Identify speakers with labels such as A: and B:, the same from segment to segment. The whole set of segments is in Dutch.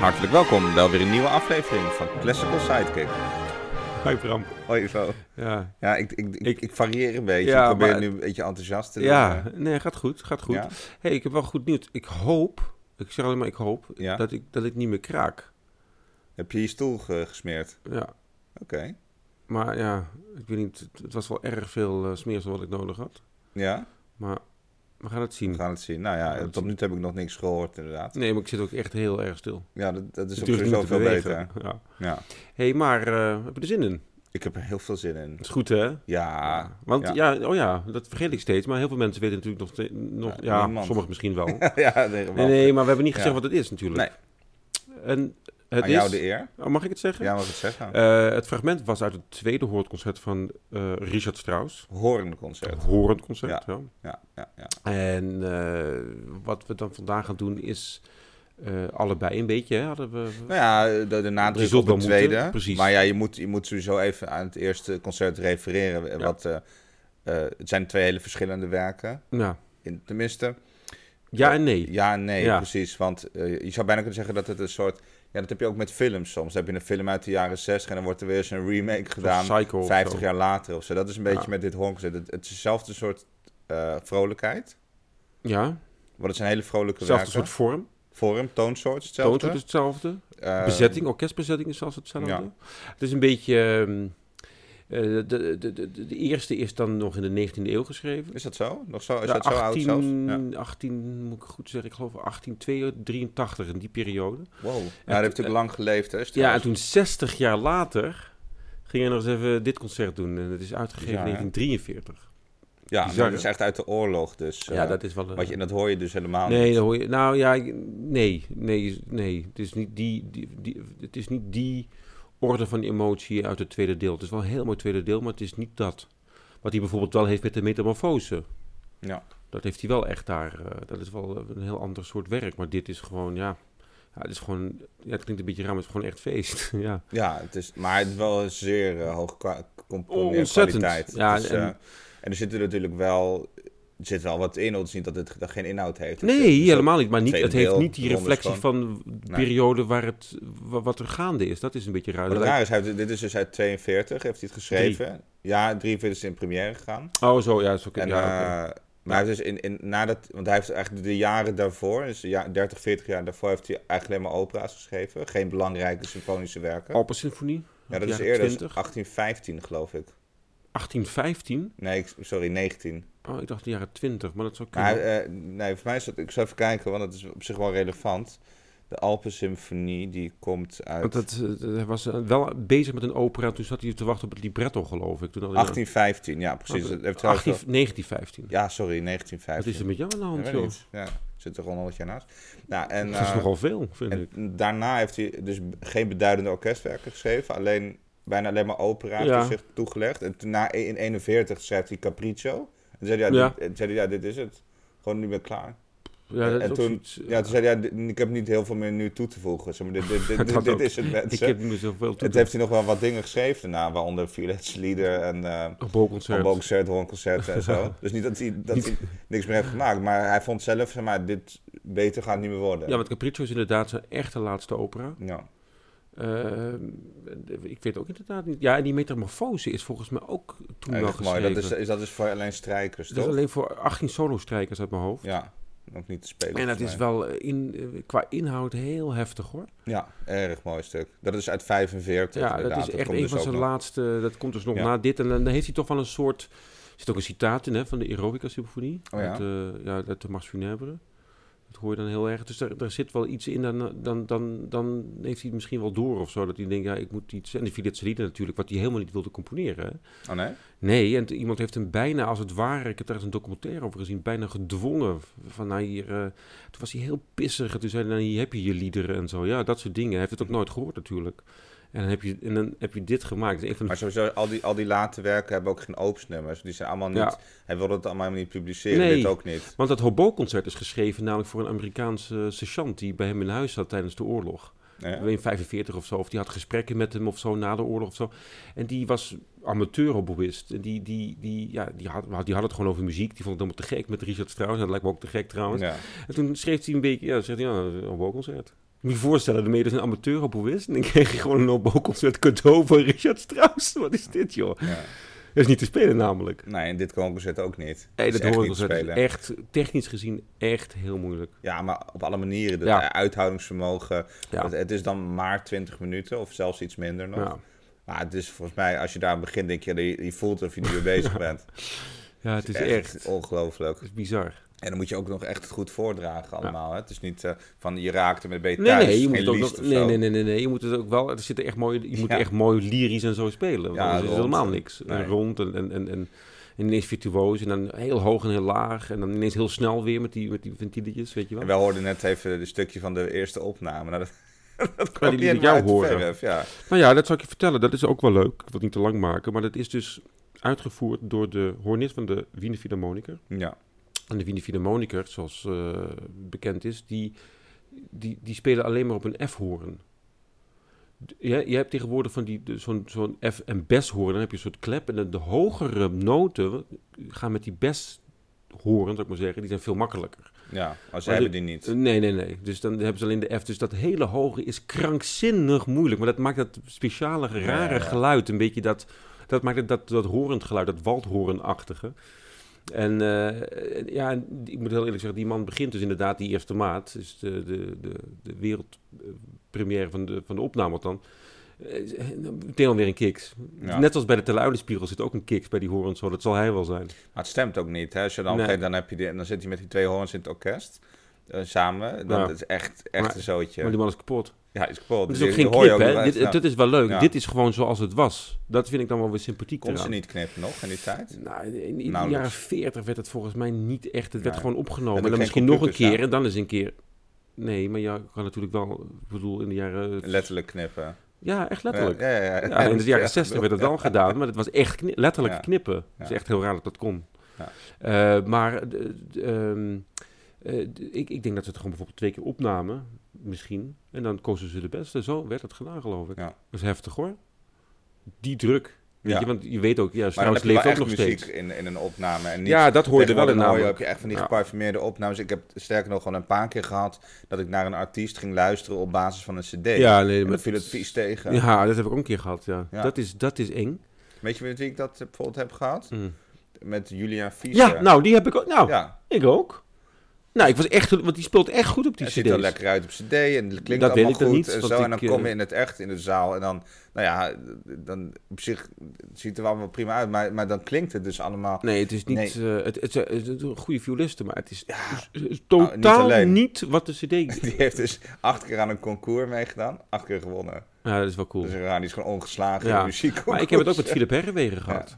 A: Hartelijk welkom wel weer een nieuwe aflevering van Classical Sidekick.
B: Hoi Bram.
A: Hoi Ivo.
B: Ja,
A: Ja, ik, ik, ik,
B: Ik-
A: ik varieer een beetje.
B: Ja,
A: ik probeer
B: maar-
A: nu een beetje enthousiast te doen.
B: ja nee, gaat goed, gaat goed.
A: Ja?
B: hey, ik heb wel goed nieuws. Ik hoop, ik zeg alleen maar ik hoop,
A: Ja?
B: dat, ik, dat ik niet meer kraak.
A: Heb je je stoel ge- gesmeerd?
B: Ja,
A: Oké.
B: maar ja, ik weet niet, het, het was wel erg veel eh, smeersel wat ik nodig had.
A: Ja,
B: Maar we gaan het
A: we
B: zien.
A: gaan het zien. Nou ja,
B: gaan het
A: tot nu toe heb ik nog niks gehoord inderdaad.
B: Nee, maar ik zit ook echt heel erg stil.
A: Ja, dat, dat is ook
B: Ik durf niet
A: sowieso
B: te
A: veel
B: bewegen.
A: beter.
B: Ja.
A: Ja,
B: hey, maar eh, heb je er zin in?
A: ik heb er heel veel zin in.
B: Dat is goed, hè?
A: Ja,
B: Want
A: ja.
B: ja. oh ja, dat vergeet ik steeds. Maar heel veel mensen weten natuurlijk nog... ste- nog
A: Ja,
B: ja,
A: niemand.
B: sommigen misschien wel.
A: ja nee,
B: Nee, nee, maar we hebben niet gezegd
A: Ja.
B: wat het is natuurlijk. En het
A: Aan
B: is...
A: jou de eer.
B: Oh, mag ik het zeggen?
A: Ja, mag ik het zeggen?
B: Eh, het fragment was uit het tweede hoornconcert van eh, Richard Strauss.
A: Hoornconcert.
B: Het hoornconcert, ja.
A: Ja, ja, ja.
B: En eh, wat we dan vandaag gaan doen is eh, allebei een beetje, hè, hadden we...
A: Nou ja, de, de
B: Je
A: nadruk op
B: zult
A: het
B: wel
A: tweede.
B: moeten, precies.
A: Maar ja, je moet, je moet sowieso even aan het eerste concert refereren. eh, Wat, eh, eh, het zijn twee hele verschillende werken.
B: Ja,
A: In, tenminste,
B: ja en nee.
A: ja en nee,
B: Ja.
A: precies. Want eh, je zou bijna kunnen zeggen dat het een soort... Ja, dat heb je ook met films soms. Dan heb je een film uit de jaren 60 en dan wordt er weer eens een remake gedaan.
B: Zoals Psycho of
A: 50
B: zo.
A: jaar later of zo. Dat is een beetje
B: Ja.
A: met dit hoornconcert. Het, het is hetzelfde soort eh, vrolijkheid.
B: Ja,
A: Want het zijn hele vrolijke
B: hetzelfde
A: werken.
B: soort vorm.
A: Vorm, toonsoort is hetzelfde.
B: Toonsoort is hetzelfde.
A: Eh,
B: Bezetting, orkestbezetting is zelfs hetzelfde.
A: ja.
B: Het is een beetje... ehm, eh, de, de, de, de eerste is dan nog in de 19e eeuw geschreven.
A: Is dat zo? Nog zo? Is
B: Ja,
A: dat zo oud zelfs? Ja.
B: 18, 18, moet ik goed zeggen, ik geloof 1883 in die periode.
A: Wow. Ja, hij heeft natuurlijk lang geleefd, hè?
B: Ja, en
A: Strauss.
B: toen 60 jaar later ging hij nog eens even dit concert doen. En het is uitgegeven in
A: Bizar, hè?
B: 1943.
A: ja maar
B: bizar,
A: dat is echt uit de oorlog, dus... eh,
B: ja, dat is wel... een-
A: wat je, en dat hoor je dus helemaal
B: nee,
A: niet.
B: dat hoor je, nou ja, ik- nee, nee, nee. Het is niet die, die, die, het is niet die orde van emotie uit het tweede deel. Het is wel een heel mooi tweede deel, maar het is niet dat. Wat hij bijvoorbeeld wel heeft met de metamorfose.
A: Ja.
B: Dat heeft hij wel echt daar. eh, dat is wel een heel ander soort werk. Maar dit is gewoon, ja. ja het is gewoon. Ja, het klinkt een beetje raar, maar het is gewoon echt feest. ja.
A: Ja, het is, maar het is wel een zeer eh, hoog qua- componeer-
B: Ontzettend.
A: kwaliteit.
B: Ja,
A: Het is, eh, en,
B: en-
A: er zitten natuurlijk wel... Er zit wel wat in, want het is niet dat het dat geen inhoud heeft. Het eh, dus is-
B: Nee,
A: het is
B: helemaal niet. Maar niet,
A: tweede
B: het eh, dus heeft
A: deel,
B: niet die
A: de ronde is
B: reflectie van de
A: Nee.
B: periode waar het, wa- wat er gaande is. Dat is een beetje raar.
A: ook- Maar
B: Dat
A: het raar is, hij heeft- dit is dus uit 42, heeft hij het geschreven. Ja, 43 is het in première gegaan.
B: lijkt- Oh, zo, ja, zo kun
A: En,
B: ja, oké.
A: eh, Maar hij heeft dus in, in, nadat, want hij heeft dus eigenlijk de jaren daarvoor, dus de ja, 30, 40 jaar daarvoor, heeft hij eigenlijk alleen maar opera's geschreven. Geen belangrijke symfonische
B: Oh,
A: werken.
B: Alpensinfonie,
A: ja, dat
B: jaren
A: is eerder, dat is
B: 20.
A: 1815 geloof ik.
B: 1815.
A: Nee, ik- sorry, 19.
B: Oh, ik dacht de jaren 20, maar dat zou kunnen.
A: Maar eh, nee, voor mij is dat, ik zou even kijken, want dat is op zich wel relevant. De Alpensymfonie, die komt uit
B: Want dat, eh, hij was eh, wel bezig met een opera. Toen zat hij te wachten op het libretto, geloof ik. Toen had hij-
A: 1815, ja precies.
B: Oh,
A: Dat heeft trouwens
B: 18
A: wel-
B: 1915.
A: ja, sorry,
B: Wat
A: 1915.
B: is er met jou aan de hand,
A: Ja,
B: joh?
A: weet niet. Ja, zit er gewoon 100 jaar naast. Nou, en,
B: dat is
A: eh,
B: nogal veel, vind ik.
A: En daarna heeft hij dus geen beduidende orkestwerken geschreven. Alleen bijna alleen maar opera heeft
B: Ja.
A: hij zich toegelegd. En toen na, e-, in 41 schrijft hij Capriccio. En zei hij, ja,
B: Ja.
A: dit, en zei hij, ja, dit is het. Gewoon nu ben ik klaar.
B: Ja,
A: en
B: dat is ook
A: toen-
B: zoiets, eh,
A: Ja, toen zei hij, ja, dit- ik heb niet heel veel meer nu toe te voegen. Zeg maar, dit dit, dit,
B: Dat
A: dit, dit
B: ook.
A: is het net.
B: ik
A: hè.
B: heb niet meer zoveel toe.
A: Het heeft hij nog wel wat dingen geschreven daarna, waaronder Violets Lieder en eh
B: een boogconcert.
A: Concert, Hoornconcert en zo. dus niet dat hij, dat hij niks meer heeft gemaakt, maar hij vond zelf, zeg maar, dit beter gaat niet meer worden.
B: Ja, want Capriccio is inderdaad zijn echte laatste opera.
A: Ja.
B: Eh, ik weet ook inderdaad niet. Ja, en die metamorfose is volgens mij ook toen wel
A: Erg mooi.
B: geschreven.
A: Dat is, is, dat is voor alleen strijkers,
B: Dat is
A: toch?
B: alleen voor 18 solo-strijkers uit mijn hoofd.
A: Ja, ook niet te spelen.
B: en dat is
A: volgens
B: wel eh, in, eh, qua inhoud heel heftig hoor.
A: mij. Ja, erg mooi stuk. Dat is uit 45
B: Ja, dat
A: inderdaad.
B: is echt
A: komt
B: een
A: dus
B: van
A: ook
B: zijn
A: nog.
B: laatste. Dat komt dus nog
A: Ja.
B: na dit. En dan heeft hij toch wel een soort. Er zit ook een citaat in hè, van de Aerobica Symfonie.
A: Oh ja.
B: Uit, eh, ja, uit de Mars Funèbre. Dat hoor je dan heel erg. Dus daar, daar zit wel iets in. Dan, dan, dan, dan heeft hij het misschien wel door of zo. Dat hij denkt, ja, ik moet iets. En die Philipse lieder natuurlijk, wat hij helemaal niet wilde componeren. hè.
A: Oh nee?
B: Nee, en t- iemand heeft hem bijna, als het ware, ik heb daar eens een documentaire over gezien, bijna gedwongen. Van nou hier, eh, toen was hij heel pissig. En toen zei hij, nou hier heb je je liederen en zo. Ja, dat soort dingen. Hij heeft het ook nooit gehoord natuurlijk. En dan heb je, en dan heb je dit gemaakt. Dus ik vind-
A: Maar sowieso, al die, al die late werken hebben ook geen oopsnummers. Die zijn allemaal niet...
B: Ja.
A: Hij wilde het allemaal niet publiceren,
B: Nee.
A: dit ook niet.
B: Want dat hobo-concert is geschreven namelijk voor een Amerikaanse sergeant die bij hem in huis zat tijdens de oorlog.
A: Ja.
B: In 45 of zo. Of die had gesprekken met hem of zo na de oorlog of zo. En die was amateur-hoboïst. En die, die, die, ja, die, had, die had het gewoon over muziek. Die vond het helemaal te gek met Richard Strauss. Dat lijkt me ook te gek trouwens.
A: Ja.
B: En toen schreef hij nou, een beetje, ja, zegt hij, ja, een hoboconcert. moet je voorstellen, dan ben je dus een amateur op Wist. En dan kreeg je gewoon een oboe-concert cadeau van Richard Strauss. Wat is dit, joh?
A: Ja.
B: Dat is niet te spelen namelijk.
A: Nee, en dit concert ook niet.
B: Nee,
A: is
B: dat
A: echt
B: hoor ik
A: niet
B: al
A: te
B: zeggen.
A: spelen.
B: Het is Echt, technisch gezien, echt heel moeilijk.
A: Ja, maar op alle manieren. Dat eh,
B: Ja.
A: uithoudingsvermogen.
B: Ja.
A: Het, het is dan maar 20 minuten of zelfs iets minder nog.
B: Ja,
A: Maar het is volgens mij, als je daar aan begint, denk je, je, je voelt of je nu weer bezig bent.
B: ja het is echt, het
A: ongelooflijk.
B: is bizar.
A: En dan moet je ook nog echt het goed voordragen allemaal. Hè? Het is niet eh, van je raakt hem en ben je
B: Nee,
A: thuis.
B: nee, je
A: geen
B: moet het ook
A: liest
B: nog,
A: of
B: nee,
A: zo.
B: nee, nee, nee, nee, je moet het ook wel. Er zit echt mooi, je moet
A: Ja.
B: echt mooi lyrisch en zo spelen. Want
A: Ja,
B: anders is het
A: rond
B: helemaal
A: en-
B: niks. En
A: nee.
B: Rond en, en, en, en, en ineens virtuoos en dan heel hoog en heel laag en dan ineens heel snel weer met die, met die ventieletjes, weet je wel.
A: En wij hoorden net even een stukje van de eerste opname. Nou, dat, dat
B: die
A: kwam niet
B: liet ik
A: helemaal
B: jou
A: uit de
B: horen.
A: verf, ja.
B: Nou ja, dat zou ik je vertellen. Dat is ook wel leuk. Ik wil het niet te lang maken, maar dat is dus uitgevoerd door de hornist van de Wiener Philharmoniker.
A: ja.
B: En de Wiener Philharmoniker, zoals eh, bekend is, die, die, die spelen alleen maar op een F-hoorn. D- Ja, je hebt tegenwoordig van die, de- zo'n, zo'n F- en bes-hoorn, dan heb je een soort klep. En de, de hogere noten gaan met die bes-hoorn, zou ik maar zeggen, die zijn veel makkelijker.
A: Ja, als ze
B: Maar
A: hebben die niet.
B: Eh, Nee, nee, nee. Dus dan hebben ze alleen de F. Dus dat hele hoge is krankzinnig moeilijk. Maar dat maakt dat speciale, rare
A: ja.
B: geluid. Een beetje dat, dat maakt het, dat, dat horend geluid, dat waldhoornachtige. En eh, en ja, en ik moet heel eerlijk zeggen, die man begint dus inderdaad die eerste maat. Dus de, de, de, de wereldpremière van de, van de opname wat dan. Eh, Meteen alweer een kiks.
A: Ja.
B: Net als bij de Teluidenspiegel zit ook een kiks bij die horend zo. Dat zal hij wel zijn.
A: Maar het stemt ook niet. Hè? Als je dan, op een
B: Nee.
A: gegeven moment- dan, heb je die, dan zit hij met die twee hoorns in het orkest. eh, samen. Dan
B: Ja.
A: dat is echt, echt
B: Maar-
A: een zootje.
B: Maar die man is kapot.
A: ja, is cool.
B: Het
A: Dus
B: is ook
A: die-
B: geen
A: die hoor je
B: clip,
A: ook
B: hè?
A: nog
B: Dit,
A: uit- nou,
B: dit is wel leuk.
A: Ja.
B: Dit is gewoon zoals het was. Dat vind ik dan wel weer sympathiek
A: kon ze
B: eraan.
A: niet knippen nog in die tijd?
B: Nou, in in de
A: Nauwelijks.
B: jaren 40 werd het volgens mij niet echt. Het werd
A: Nee.
B: gewoon opgenomen.
A: En
B: En
A: er
B: dan
A: geen
B: misschien nog een
A: computers
B: keer. En dan is een keer. Nee, maar ja, kan natuurlijk wel. Ik bedoel, in de jaren.
A: Letterlijk knippen.
B: Ja, echt letterlijk.
A: Ja, ja, ja, ja.
B: Ja, in de jaren
A: eh, Ja,
B: 60 werd dat wel gedaan, maar het was echt kni- letterlijk
A: Ja.
B: knippen. Het is
A: Ja.
B: echt heel raar dat dat kon.
A: Ja.
B: Eh, maar d- d- ehm, eh, d- ik, ik denk dat ze het gewoon bijvoorbeeld twee keer opnamen, misschien. En dan kozen ze de beste. Zo werd het gedaan, geloof ik.
A: Ja.
B: Dat is heftig hoor. Die druk. Weet
A: Ja.
B: je, want je weet ook, ja,
A: Maar dan heb
B: Strauss
A: je wel
B: leeft ook
A: echt
B: nog
A: muziek
B: steeds.
A: in, in een opname. En niet
B: Ja, dat hoor je er wel in
A: Tegenwoordig hoor je- heb
B: namelijk.
A: je echt van die
B: Ja.
A: geparfumeerde opnames. Ik heb sterker nog gewoon een paar keer gehad dat ik naar een artiest ging luisteren op basis van een cd.
B: Ja, nee,
A: en dan
B: maar,
A: viel het vies tegen.
B: ja, dat heb ik ook een keer gehad, ja.
A: Ja.
B: Dat, is, dat is eng.
A: Weet je met wie ik dat eh, bijvoorbeeld heb gehad?
B: Mm.
A: Met Julia Fischer.
B: Ja, nou, die heb ik ook. Nou,
A: eh, Ja,
B: ik ook. Nou, ik was echt, want die speelt echt goed op die
A: het
B: cd's.
A: ziet er lekker uit op cd en het klinkt
B: Dat weet
A: allemaal
B: ik dan
A: goed
B: niet,
A: en
B: want
A: zo. En
B: ik,
A: dan
B: eh,
A: kom je in het echt in de zaal en dan, nou ja, dan op zich ziet het er allemaal prima uit, maar, maar dan klinkt het dus allemaal
B: Nee, het is niet.
A: Nee.
B: eh, het, het, zijn- het zijn goede violisten, maar het is is- is
A: Oh, niet
B: totaal
A: alleen.
B: niet wat de CD.
A: Die heeft dus acht keer aan een concours meegedaan, acht keer gewonnen.
B: ja, dat is wel cool.
A: Dus raar, die is gewoon ongeslagen
B: Ja,
A: in muziek.
B: Maar ik heb het ook met Philip Herrewegen gehad.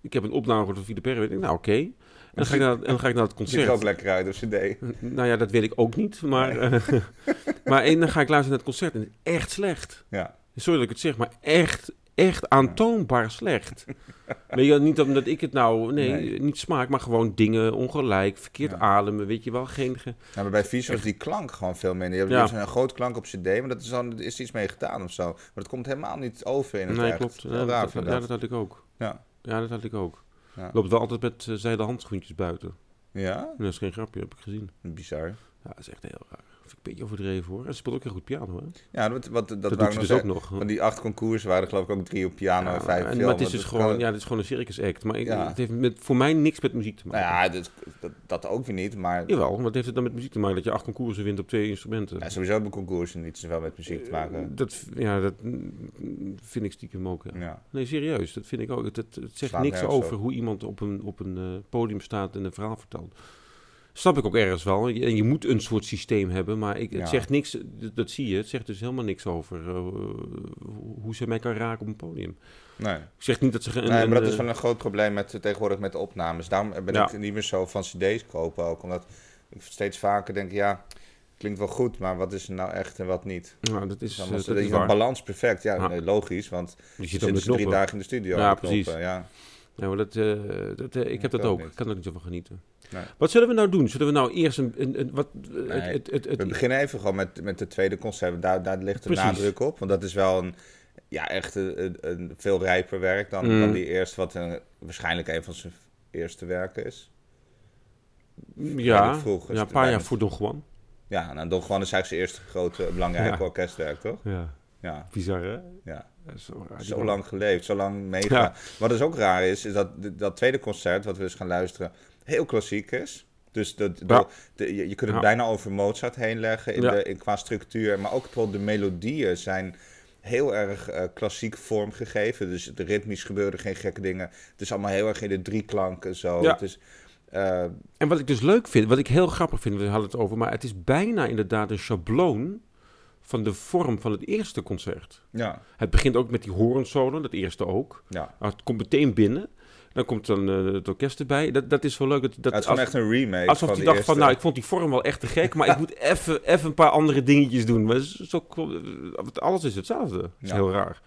B: Ik heb een opname gehoord van Philip Herrewegen. Ik denk, Nou, oké. En, dan ga ik naar- en dan ga ik naar het
A: ziet er ook
B: concert.
A: lekker uit op cd.
B: Nou ja, dat weet ik ook niet. Maar, eh, maar en dan ga ik luisteren naar het concert en het is echt slecht.
A: Ja.
B: Sorry dat ik het zeg, maar echt, echt aantoonbaar slecht. Weet je, wel, niet omdat ik het nou, nee,
A: Nee.
B: niet smaak, maar gewoon dingen ongelijk, verkeerd
A: Ja.
B: ademen, weet je wel. Geen, ge-
A: Nou, maar bij Vies was die klank gewoon veel minder. Je hebt
B: Ja.
A: je hebt een groot klank op cd, maar dat is dan er is iets mee gedaan of zo. Maar dat komt helemaal niet over in het
B: Nee,
A: echt.
B: klopt.
A: Heel
B: Ja, dat,
A: raar
B: had-
A: vind ik
B: ja,
A: dat.
B: dat had ik ook.
A: Ja.
B: Ja, dat had ik ook.
A: Ja.
B: Loopt wel altijd met eh, zijden handschoentjes buiten.
A: Ja?
B: Dat is geen grapje, heb ik gezien.
A: Bizar.
B: Ja, dat is echt heel raar. Vind ik een beetje overdreven hoor. En ze speelt ook heel goed piano hè. Dat,
A: Ja, wat, wat, dat,
B: doet
A: wou ik
B: ze dus
A: nog
B: ook nog.
A: Van die acht concoursen waren er geloof ik ook drie op piano
B: Ja,
A: en vijf
B: en-
A: op
B: maar
A: viool,
B: het is
A: want
B: dus
A: dat
B: gewoon,
A: kan-
B: ja, het is gewoon een circus act. Maar ik-
A: Ja.
B: het heeft met, voor mij niks met muziek te
A: Nou
B: maken.
A: ja, dat, dat, dat ook weer niet, maar
B: Jawel, wat heeft het dan met muziek te maken? Dat je acht concoursen wint op twee instrumenten.
A: ja, sowieso hebben concoursen niet zoveel met muziek te maken.
B: Dat, ja, dat mm, vind ik stiekem ook. ja.
A: Ja.
B: Nee, serieus. Dat vind ik ook. Het, het, het zegt
A: Slaat
B: niks
A: nergens
B: over hoe iemand op een, op een eh, podium staat en een verhaal vertelt. Snap ik ook ergens wel. Je- En je moet een soort systeem hebben, maar ik, het
A: Ja.
B: zegt niks. Dat, dat zie je. Het zegt dus helemaal niks over eh, hoe- hoe ze mij kan raken op een podium.
A: Nee.
B: Ik zeg niet dat ze. ge- Een,
A: nee,
B: een,
A: maar dat
B: eh,
A: is wel een groot probleem met, eh, tegenwoordig met de opnames. Daarom ben
B: Ja.
A: ik niet meer zo van cd's kopen ook. Omdat ik steeds vaker denk, ja, klinkt wel goed, maar wat is er nou echt en wat niet?
B: nou, dat is,
A: Dan
B: eh,
A: was
B: dat
A: de
B: is waar.
A: balans perfect. Ja,
B: Ja.
A: nee, logisch, want
B: Je
A: je
B: zit ook
A: zit
B: met
A: dus drie
B: knoppen.
A: dagen in de studio.
B: Ja,
A: aan de knoppen,
B: precies.
A: Ja.
B: Ja, maar dat, eh, dat, eh, ik heb
A: Ik
B: dat
A: ook
B: ook.
A: niet.
B: Ik kan er niet zo van genieten.
A: Nee.
B: Wat zullen we nou doen? Zullen we nou eerst een. een, een- wat, eh,
A: Nee.
B: het, het, het,
A: We beginnen even gewoon met, met het tweede concept. Daar, daar ligt de
B: Precies.
A: nadruk op. Want dat is wel een, ja, echt een, een- een veel rijper werk dan,
B: Mm.
A: dan die eerste, wat eh, waarschijnlijk een van zijn eerste werken is.
B: ja,
A: vroeg is
B: ja, een
A: het
B: paar jaar
A: bijna-
B: voor Don Juan.
A: Ja, nou, Don Juan is eigenlijk zijn eerste grote belangrijke
B: Ja.
A: orkestwerk, toch?
B: Ja,
A: Ja,
B: bizar hè?
A: ja.
B: Zo, raar, die
A: Zo
B: man.
A: lang geleefd, zo lang meegaan.
B: Ja.
A: Wat dus ook raar is, is dat dat tweede concert, wat we dus gaan luisteren, heel klassiek is. Dus dat, dat- de- je, je kunt het
B: Ja.
A: bijna over Mozart heen leggen in
B: Ja.
A: de, in, qua structuur. Maar ook bijvoorbeeld de melodieën zijn heel erg eh, klassiek vormgegeven. Dus de ritmisch gebeuren geen gekke dingen. Het is allemaal heel erg in de drieklanken zo.
B: Ja.
A: Het is, eh,
B: En wat ik dus leuk vind, wat ik heel grappig vind, we hadden het over, maar het is bijna inderdaad een schabloon van de vorm van het eerste concert.
A: ja,
B: Het begint ook met die hoornsolo, dat eerste ook.
A: ja.
B: Ah, Het komt meteen binnen. Dan komt dan eh, het orkest erbij. Dat, dat is wel leuk. Dat, dat,
A: het is gewoon
B: als-
A: echt een remake
B: alsof
A: van
B: die
A: de
B: dacht
A: eerste.
B: van, nou, ik vond die vorm wel echt te gek, maar ik moet even even een paar andere dingetjes doen. Maar zo- zo, klopt- alles is hetzelfde. Dat is
A: Ja.
B: heel raar.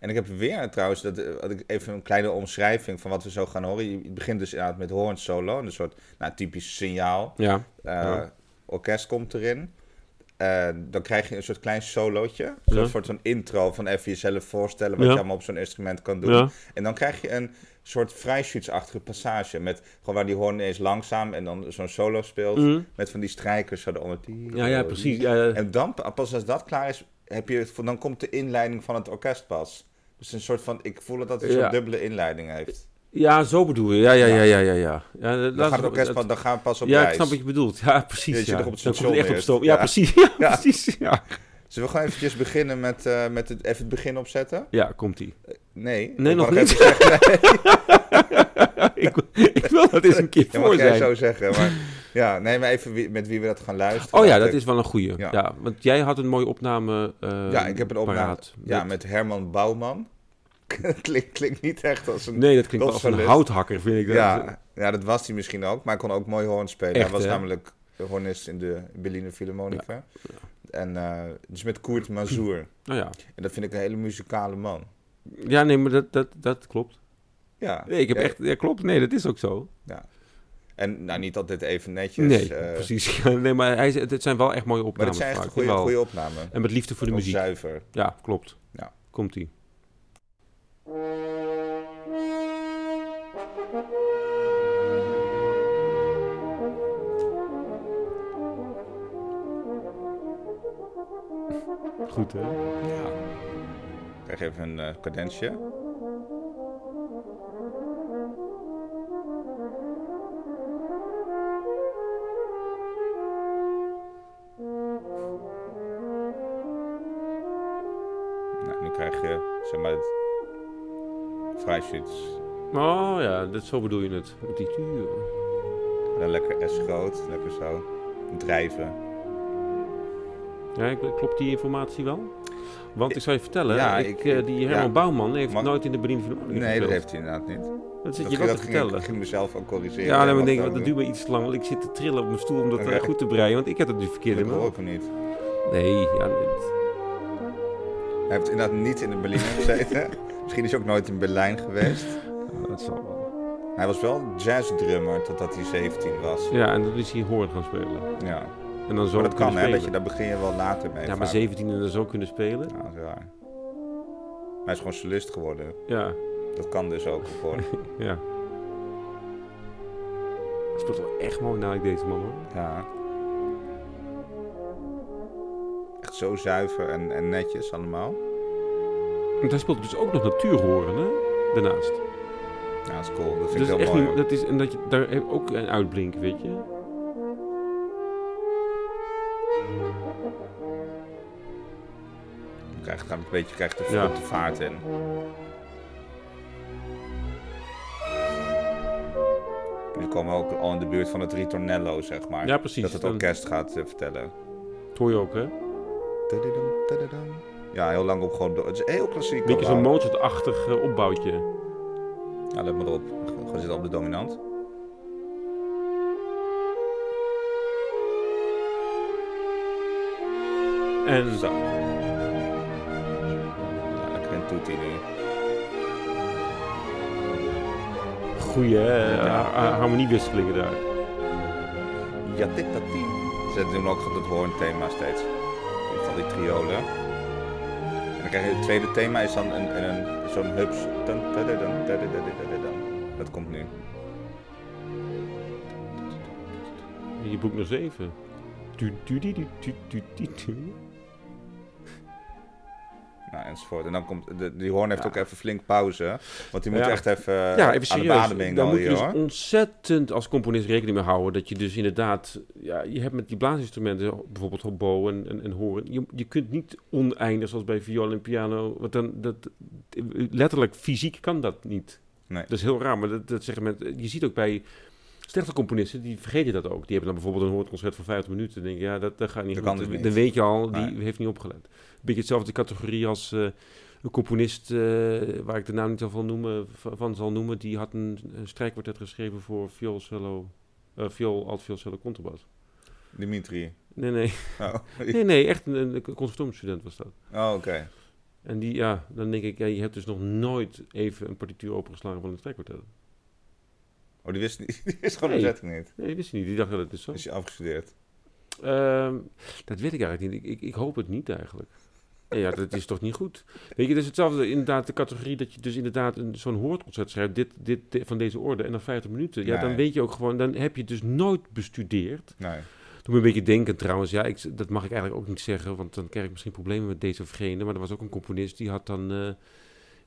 A: En ik heb weer trouwens, dat, eh, had ik even een kleine omschrijving van wat we zo gaan horen. Je begint dus inderdaad met hoorn solo, een soort nou, typisch signaal.
B: Ja.
A: Eh,
B: Ja.
A: Orkest komt erin. Eh, dan krijg je een soort klein solootje. Een
B: Ja.
A: soort van intro van even jezelf voorstellen wat
B: Ja.
A: je allemaal op zo'n instrument kan doen.
B: Ja.
A: En dan krijg je een soort vrijschiedsachtige passage. Met gewoon waar die hoorn eens langzaam en dan zo'n solo speelt.
B: Mhm.
A: Met van die strijkers zo eronder. Die-
B: ja, ja, precies. Ja, ja.
A: en dan, pas als dat klaar is, heb je, het- dan komt de inleiding van het orkest pas. Dus een soort van, ik voel dat dat een
B: Ja.
A: soort dubbele inleiding heeft.
B: Ja, zo bedoel je. Ja, ja, ja, ja, ja. ja. ja dat-
A: Dan
B: dat-
A: gaat het orkest
B: dat-
A: pas, dan gaan we pas op
B: Ja,
A: reis.
B: ik snap wat je bedoelt. Ja, precies.
A: Dat je
B: ja.
A: nog op het
B: Dan komt
A: station
B: echt op
A: eerst.
B: het station. Ja,
A: Ja.
B: precies. Ja,
A: Ja.
B: precies. Ja,
A: Zullen we gewoon eventjes beginnen met, eh, met het, even het begin opzetten?
B: ja komt-ie.
A: Nee.
B: Nee,
A: Ik
B: nog
A: wou
B: niet.
A: even zeggen,
B: ik, ik wil dat eens een keer
A: ja,
B: voor
A: mag jij
B: zijn.
A: zo zeggen. Maar, ja, nee, maar even wie- met wie we dat gaan luisteren.
B: Oh ja, dat
A: eigenlijk.
B: is wel een goeie. Ja.
A: Ja.
B: want jij had een mooie opname eh,
A: Ja, ik heb een opname.
B: paraat.
A: Ja,
B: Dat-
A: met Herman Bouwman. Klinkt klinkt niet echt als een...
B: Nee, dat klinkt wel als een
A: Dolfsolist.
B: houthakker, vind ik. Dat.
A: Ja, ja, dat was hij misschien ook, maar hij kon ook mooi hoorn spelen.
B: Echt,
A: hij was
B: hè?
A: namelijk de hornist in de Berliner Philharmonica. En eh, dus met Koert Mazur.
B: Nou ja.
A: En dat vind ik een hele muzikale man.
B: ja, nee, maar dat, dat, dat klopt.
A: Ja.
B: Nee, ik heb
A: Ja,
B: echt... Ja, klopt. Nee, dat is ook zo.
A: En nou, niet altijd even netjes.
B: Nee,
A: eh,
B: precies. Ja, nee, maar hij, het het zijn wel echt mooie
A: Maar
B: opnames.
A: het zijn echt
B: vaak,
A: goede,
B: jawel.
A: goede opnamen.
B: En met liefde voor de
A: Ook
B: muziek.
A: Zuiver.
B: Ja, klopt.
A: Ja.
B: Komt-ie. Goed, hè?
A: Ja. Krijg even een eh, cadensje. Nou, nu krijg je, zeg maar, het vrijschiets.
B: Oh ja, dat, zo bedoel je het. Met die...
A: En dan lekker S groot, lekker zo. Drijven.
B: Ja, ik- klopt die informatie wel? Want ik zou je vertellen,
A: Ja,
B: ik,
A: ik-
B: eh, die Herman
A: ja.
B: Bouwman heeft
A: Mag-
B: nooit in de Berlin van
A: Nee, dat heeft hij inderdaad niet.
B: Dat
A: Dat
B: zit je
A: ging-
B: wel te
A: dat ging,
B: vertellen.
A: ik- ging mezelf ook corrigeren.
B: Ja, nee, maar
A: Helemaal
B: ik denk dat
A: zo.
B: duurt me iets te lang, want ik zit te trillen op mijn stoel om dat
A: Dan
B: eh,
A: krijg ik-
B: goed te breien, want ik heb het nu verkeerd
A: Dat
B: in mijn
A: hoor
B: hoofd.
A: ik hem niet.
B: Nee, ja, het-
A: Hij heeft inderdaad niet in de Berliner gezeten. Misschien is hij ook nooit in Berlijn geweest.
B: oh, dat zal wel.
A: Hij was wel jazzdrummer totdat hij 17 was.
B: Ja, en dan is hij hoorn gaan spelen.
A: Ja.
B: En dan zo
A: Maar dat kan,
B: kunnen
A: hè? Dat je,
B: spelen.
A: daar begin je wel later mee.
B: ja, maar
A: vaak.
B: 17 en dan zo kunnen spelen.
A: Ja, dat is raar. Hij is gewoon solist geworden.
B: Ja,
A: Dat kan dus ook gewoon.
B: ja. Het speelt wel echt mooi naar deze man hoor.
A: ja. Echt zo zuiver en, en netjes allemaal.
B: Want hij speelt dus ook nog natuurhoren, hè? Daarnaast.
A: Ja, dat is cool. Dat vind
B: Dus
A: ik heel
B: echt
A: mooi.
B: niet- dat is, en dat je daar heb- ook een uitblink, weet je?
A: Je krijgt gaat een beetje krijgt de,
B: Ja.
A: op de vaart in. Nu komen we ook al in de buurt van het ritornello, zeg maar.
B: Ja, precies.
A: Dat het
B: Dan-
A: orkest gaat eh, vertellen.
B: Dat hoor je ook, hè?
A: Tadadam, tadadam. Ja, heel lang op gewoon door. Het is heel klassiek.
B: Beetje zo'n
A: allemaal.
B: Mozart-achtig eh, opbouwtje.
A: Ja, let maar op. Gewoon zitten op de dominant.
B: En
A: Zo. Ja, lekker een toetie nu.
B: goede
A: Ja.
B: eh, harmoniewisselingen daar.
A: Ja, dit, dat, die. Ze doen ook dat hoornthema steeds. Van die triolen. En dan krijg je het tweede thema is dan een, een, een, zo'n hups. Dun, dun, dun, dun, dun, dun, dun, dun, dun. Dat komt nu.
B: Je boek nog zeven. tu- tu- di- di- tu- tu- di- tu.
A: Nou, enzovoort. En dan komt, de, die hoorn heeft
B: Ja.
A: ook even flink pauze. Want die moet
B: Ja.
A: echt even, eh,
B: Ja, even
A: aan de
B: serieus.
A: bademing
B: Daar
A: al
B: moet je
A: hier,
B: dus
A: hoor.
B: ontzettend als componist rekening mee houden. Dat je dus inderdaad... Ja, je hebt met die blaasinstrumenten, bijvoorbeeld hobo en, en, en horen... Je, je kunt niet oneindig, zoals bij viool en piano... Want dan, dat, letterlijk, fysiek kan dat niet.
A: Nee.
B: Dat is heel raar, maar dat, dat zeggen mensen... Je ziet ook bij slechte componisten, die vergeten dat ook. Die hebben dan bijvoorbeeld een hoorconcert van 50 minuten... en denken, ja, dat, dat gaat niet
A: Dat
B: goed.
A: kan dus niet.
B: Dan weet je al, die
A: Nee.
B: heeft niet opgelet. Beetje hetzelfde categorie als... eh, een componist, eh, waar ik de naam niet van, noemen, van van zal noemen, die had een, een strijkkwartet geschreven voor viool, cello, eh viool, alt, viool, cello, contrabas. dus-
A: Dimitri.
B: Nee, nee,
A: Oh,
B: nee, nee, echt een, een conservatoriumstudent was dat.
A: Oh, oké.
B: En die, ja, dan denk ik, ja, je hebt dus nog nooit even een partituur opengeslagen van een strijkkwartet.
A: Oh, die wist niet. Die wist gewoon de
B: Nee.
A: zetting niet.
B: Nee, dat wist hij niet. Die dacht, ja, dat is zo.
A: Is je afgestudeerd?
B: Ehm, dat weet ik eigenlijk niet. Ik, ik, ik hoop het niet eigenlijk. Nee, Ja, dat is toch niet goed. Weet je, dat is hetzelfde inderdaad de categorie dat je dus inderdaad een, zo'n hoorconcert schrijft, dit, dit, dit- van deze orde, en dan 50 minuten. Ja, dan
A: Nee.
B: weet je ook gewoon, dan heb je het dus nooit bestudeerd.
A: Nee.
B: Toen moet ik een beetje denken trouwens, ja, ik, dat mag ik eigenlijk ook niet zeggen, want dan krijg ik misschien problemen met deze of gene. Maar er was ook een componist, die had dan, eh,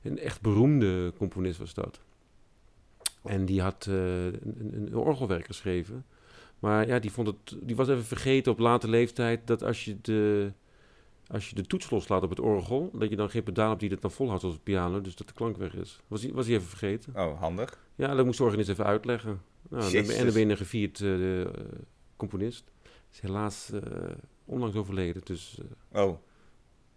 B: een echt beroemde componist was dat. En die had eh, een, een, een orgelwerk geschreven. Maar ja, die, vond het, die was even vergeten op late leeftijd dat als je de, als je de toets loslaat op het orgel, dat je dan geen pedaal hebt die dat dan volhoudt als het piano, dus dat de klank weg is. Was hij was hij even vergeten?
A: Oh, handig.
B: Ja, dat moest de organist even uitleggen. Nou, en dan ben- en dan
A: Jezus.
B: ben je een gevierd eh, de, eh, componist. Is helaas eh, onlangs overleden. Dus, eh,
A: Oh,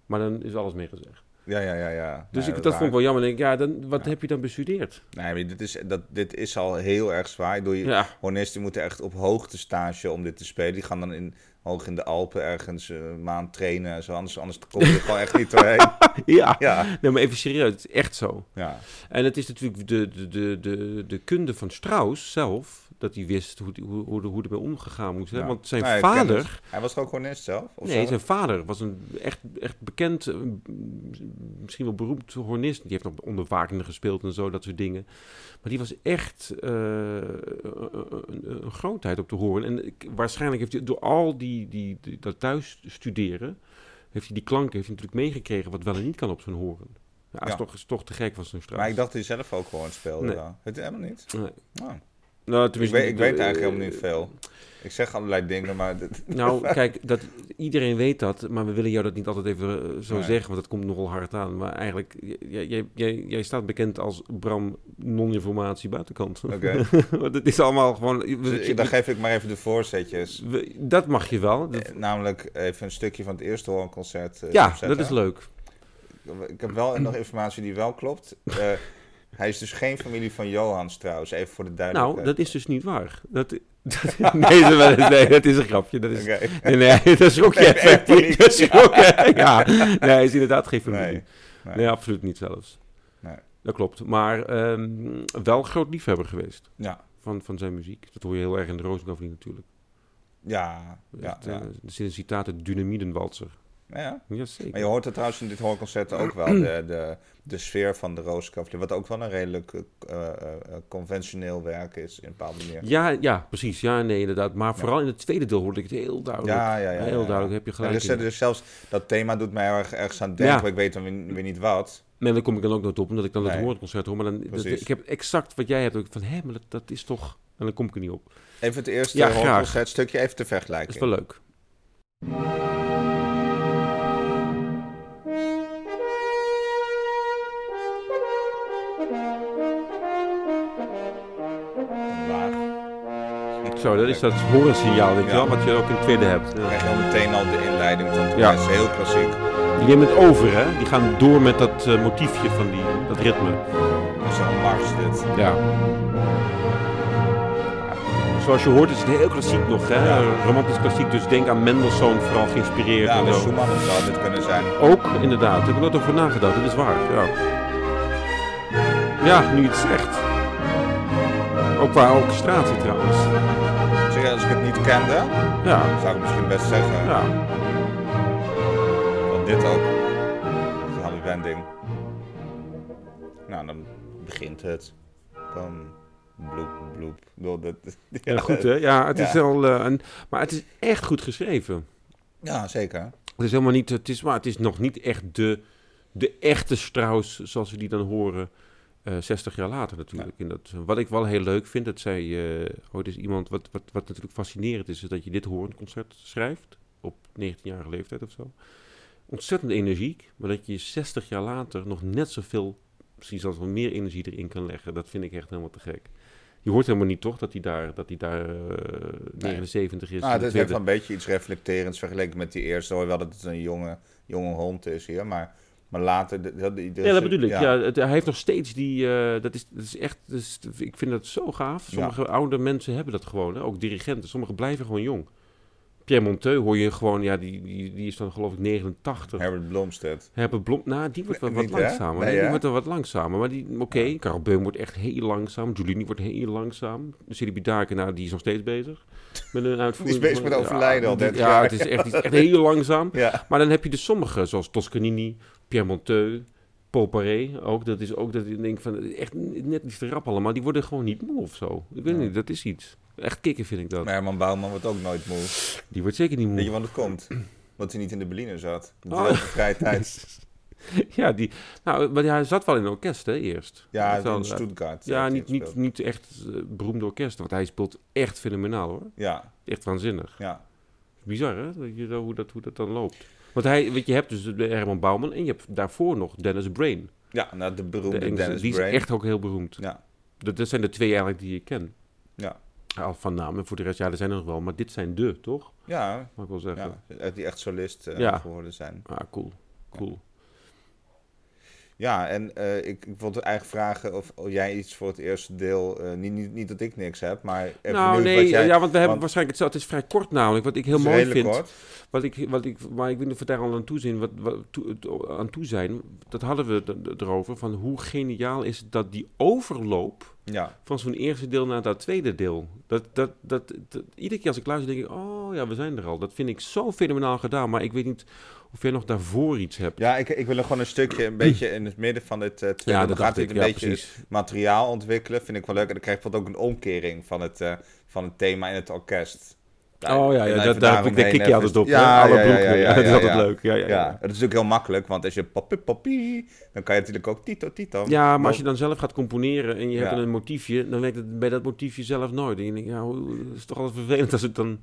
B: maar dan is alles mee gezegd.
A: ja, ja, ja, ja.
B: Dus
A: Nee,
B: ik,
A: is
B: dat vond ik
A: waar.
B: wel jammer. Ik Denk, ja, dan, wat
A: Ja.
B: heb je dan bestudeerd?
A: Nee, maar dit is, dat, dit is al heel erg zwaar. Door je
B: Ja,
A: hornisten moeten echt op hoogte stage om dit te spelen. Die gaan dan in, hoog in de Alpen ergens eh, een maand trainen. en Zo, anders, anders kom je er gewoon echt niet doorheen.
B: ja.
A: Ja,
B: Nee, maar even serieus, het is echt zo.
A: ja.
B: En het is natuurlijk de, de, de, de, de kunde van Strauss zelf, dat hij wist hoe, die- hoe, hoe, er- hoe ermee omgegaan moest. Hè?
A: Ja.
B: Want zijn
A: Nee, ik ken
B: vader,
A: het. Hij was toch ook hornist zelf? Of
B: nee,
A: zo?
B: zijn vader was een echt, echt bekend, eh, m- misschien wel beroemd hornist. Die heeft nog onder Wagner gespeeld en zo, dat soort dingen. Maar die was echt eh, een, een grootheid op de hoorn. En ik- waarschijnlijk heeft hij door al die, die, die- dat thuis studeren, heeft hij die klanken heeft hij natuurlijk meegekregen wat wel en niet kan op zijn hoorn. Ja, Is,
A: Ja.
B: toch, is toch te gek was zo'n Strauss.
A: Maar ik dacht dat hij zelf ook gewoon speelde.
B: Nee.
A: dan. Het helemaal niet.
B: Nee.
A: Nou,
B: Nou,
A: ik
B: tenminste,
A: weet, ik
B: de-
A: weet
B: de-
A: eigenlijk helemaal
B: eh,
A: niet veel. Ik zeg allerlei dingen, maar dit-
B: Nou, kijk, dat, iedereen weet dat, maar we willen jou dat niet altijd even eh, zo
A: Nee.
B: zeggen, want dat komt nogal hard aan. Maar eigenlijk, j- jij- jij- jij- jij staat bekend als Bram non-informatie buitenkant.
A: Oké.
B: Want het is allemaal gewoon... we-
A: dus
B: je-
A: ik- dan geef ik maar even de voorzetjes.
B: we- dat mag je wel. Dat-
A: Eh, Namelijk even een stukje van het eerste hoorconcert. eh,
B: ja,
A: opzetten.
B: dat is leuk.
A: Ik heb wel nog informatie die wel klopt. Eh, hij is dus geen familie van Johans trouwens, even voor de
B: Nou,
A: duidelijkheid.
B: dat is dus niet waar. Dat, dat, nee, dat is- nee, dat is een grapje. Dat is,
A: Oké.
B: nee, nee, dat schrok je
A: Nee, nee,
B: even.
A: paniek.
B: Dat schrok je- Ja, nee, hij is inderdaad geen familie.
A: Nee.
B: Nee,
A: Nee.
B: absoluut niet zelfs.
A: Nee.
B: Dat klopt. Maar ehm, wel groot liefhebber geweest
A: Ja.
B: van, van zijn muziek. Dat hoor je heel erg in de Roosenoveling natuurlijk.
A: Ja, ja,
B: Echt, eh,
A: ja.
B: Er zit een citaat, het dynamietenwalser.
A: Ja, ja. Maar
B: Jazeker.
A: je hoort het trouwens in dit hoorconcert ook wel, de, de, de sfeer van de Rooskavalier. Wat ook wel een redelijk eh, eh, eh, conventioneel werk is, in een bepaalde manier.
B: Ja, ja, precies. Ja, nee, inderdaad. Maar vooral in het tweede deel hoorde ik het heel duidelijk.
A: Ja, ja, ja.
B: heel
A: ja, ja.
B: duidelijk, heb je
A: Ja,
B: gelijk.
A: dus,
B: in.
A: eh, dus zelfs dat thema doet mij erg, ergens aan denken,
B: Ja.
A: maar ik weet dan weer, weer niet wat.
B: Nee, daar kom ik dan ook nooit op, omdat ik dan het
A: Nee.
B: woordconcert hoor. Maar dan, dat-
A: Precies.
B: ik heb exact wat jij hebt. ook Van, hé, maar dat, dat is toch... En dan kom ik er niet op.
A: Even het eerste
B: Ja,
A: ja,
B: graag.
A: hoorconcertstukje even te
B: Dat is
A: vergelijken.
B: wel leuk.
A: Laag.
B: Zo, dat is dat horensignaal, weet je
A: Ja.
B: wel, wat je ook in het tweede hebt. Ja.
A: Ik krijg al meteen al de inleiding van het
B: Ja.
A: is heel klassiek.
B: Die nemen het over, hè? Die gaan door met dat eh, motiefje van die, dat ritme.
A: Dat is wel een mars dit.
B: Ja. Zoals je hoort is het heel klassiek nog, hè?
A: Ja.
B: Romantisch klassiek, dus denk aan Mendelssohn vooral geïnspireerd.
A: Ja,
B: en
A: met
B: zo.
A: Schumann en zo dit kunnen zijn.
B: Ook, inderdaad. Daar heb ik nooit over nagedacht. Dat is waar, ja. Ja, nu je het zegt. Ook qua orchestratie trouwens.
A: Zeg, als ik het niet kende,
B: Ja,
A: zou ik misschien best zeggen.
B: ja.
A: Want dit ook. Dat is een happy wending. Nou, dan begint het. Bam, bloep, bloep. Ik bedoel, dat,
B: Ja, goed hè? Ja, het is
A: eh, Ja.
B: wel... eh, een, maar het is echt goed geschreven.
A: Ja, zeker.
B: Het is helemaal niet... Het is, maar het is nog niet echt de, de echte Strauss zoals we die dan horen... eh 60 jaar later natuurlijk. En dat, wat ik wel heel leuk vind, dat zij... eh oh, dit is iemand... Wat, wat, wat natuurlijk fascinerend is, is dat je dit hoornconcert schrijft... op 19-jarige leeftijd of zo. Ontzettend energiek, maar dat je 60 jaar later nog net zoveel... misschien zelfs wel meer energie erin kan leggen. Dat vind ik echt helemaal te gek. Je hoort helemaal niet, toch, dat hij daar, dat hij daar eh, 79 is.
A: Nou,
B: en
A: het is
B: tweede-
A: net wel een beetje iets reflecterends vergeleken met die eerste. Hoor je wel dat het een jonge, jonge hond is hier, maar, maar later... de- Dat, die- er
B: Ja,
A: is-
B: dat bedoel ik. Ja. het- hij heeft nog steeds die... eh, dat, is, dat is echt... dat is- ik vind dat zo gaaf. Sommige oude mensen hebben dat gewoon. Hè? Ook dirigenten. Sommigen blijven gewoon jong. Pierre Monteux hoor je gewoon... Ja, die, die, die is dan geloof ik 89.
A: Herbert Blomstedt.
B: Herbert Blom... Nou, die wordt wel
A: Nee,
B: wat
A: niet, hè?
B: langzamer.
A: Nee,
B: Nee, die
A: hè?
B: wordt wel wat langzamer. Maar die... Oké, Karel Beum wordt echt heel langzaam. Giulini wordt heel langzaam. Sidi nou, die is nog steeds bezig. Met een uitvoering.
A: bezig
B: van-
A: met overlijden al
B: die-
A: 30
B: Ja,
A: jaar.
B: het is echt, die is echt heel langzaam.
A: Ja.
B: Maar dan heb je dus sommige, zoals Toscanini, Pierre Monteux, Paul Paré ook. Dat is ook dat ik denk van, echt net iets te rap allemaal. Die worden gewoon niet moe of zo. Ik weet
A: Ja.
B: niet, dat is iets. Echt kicken vind ik dat.
A: Maar Herman Bouwman wordt ook nooit moe.
B: Die wordt zeker niet
A: Weet je
B: moe.
A: waarom dat komt? Omdat hij niet in de Berliner zat. Dat
B: Oh.
A: was de vrije tijd.
B: Ja, die, nou, maar hij zat wel in een orkest hè, eerst. Hij
A: Ja,
B: heeft wel- eh,
A: in Stuttgart.
B: ja
A: heeft hij
B: niet, niet,
A: gespeeld.
B: niet echt eh, beroemd orkest, want hij speelt echt fenomenaal hoor.
A: Ja,
B: Echt waanzinnig.
A: ja.
B: Bizar, hè? Dat je, zo- hoe, dat, hoe dat dan loopt. Want hij, weet je, je hebt dus de Herman Bouwman en je hebt daarvoor nog Dennis Brain.
A: Ja, nou, de
B: De
A: beroemde
B: Engelse,
A: Dennis
B: die is
A: Brain.
B: echt ook heel beroemd.
A: Ja.
B: Dat, dat zijn de twee eigenlijk die ik ken.
A: Ja.
B: Al van naam en voor de rest, ja, er zijn er nog wel. Maar dit zijn de, toch?
A: Ja,
B: Mag ik wel zeggen.
A: ja, uit die echt solist eh,
B: Ja.
A: geworden zijn.
B: Ah, cool. Cool.
A: Ja, en eh, ik, ik wilde eigenlijk vragen of jij iets voor het eerste deel... eh, niet, niet, niet dat ik niks heb, maar even
B: nou,
A: benieuwd
B: nee,
A: wat jij...
B: ja, want we hebben
A: want-
B: waarschijnlijk... Het, het is vrij kort namelijk, wat ik heel
A: Het is
B: mooi
A: redelijk
B: vind.
A: kort.
B: Wat ik, wat ik, maar ik weet niet of we daar al aan toe zijn. Wat, wat, toe- toe- aan toe zijn dat hadden we het- het erover. Van hoe geniaal is het dat die overloop...
A: Ja,
B: van zo'n eerste deel naar dat tweede deel. Dat, dat, dat, dat- iedere keer als ik luister, denk ik, oh ja, we zijn er al. Dat vind ik zo fenomenaal gedaan, maar ik weet niet of jij nog daarvoor iets hebt.
A: ja ik, ik wil er gewoon een stukje een beetje in het midden van het eh tweede...
B: Ja,
A: Dan
B: dat
A: gaat
B: dacht
A: dit
B: ik.
A: een
B: Ja,
A: beetje
B: precies.
A: materiaal ontwikkelen. Vind ik wel leuk. En dan krijg je bijvoorbeeld ook een omkering van het, eh, van het thema in het orkest.
B: Oh ja,
A: En
B: ja
A: even
B: dat, daar heb ik
A: daaromheen
B: denk ik je
A: even-
B: altijd op.
A: Ja,
B: Ja, Alle
A: ja, ja,
B: broeken.
A: ja, dus- ja,
B: dat is
A: ja,
B: altijd
A: ja.
B: leuk. Ja, ja, ja.
A: Ja, dat is natuurlijk heel makkelijk, want als je papi papi, dan kan je natuurlijk ook tito tito.
B: Ja, maar als je dan zelf gaat componeren en je hebt
A: Ja.
B: een motiefje, dan werkt het bij dat motiefje zelf nooit. En je denkt, ja, hoe- het is toch altijd vervelend als het dan...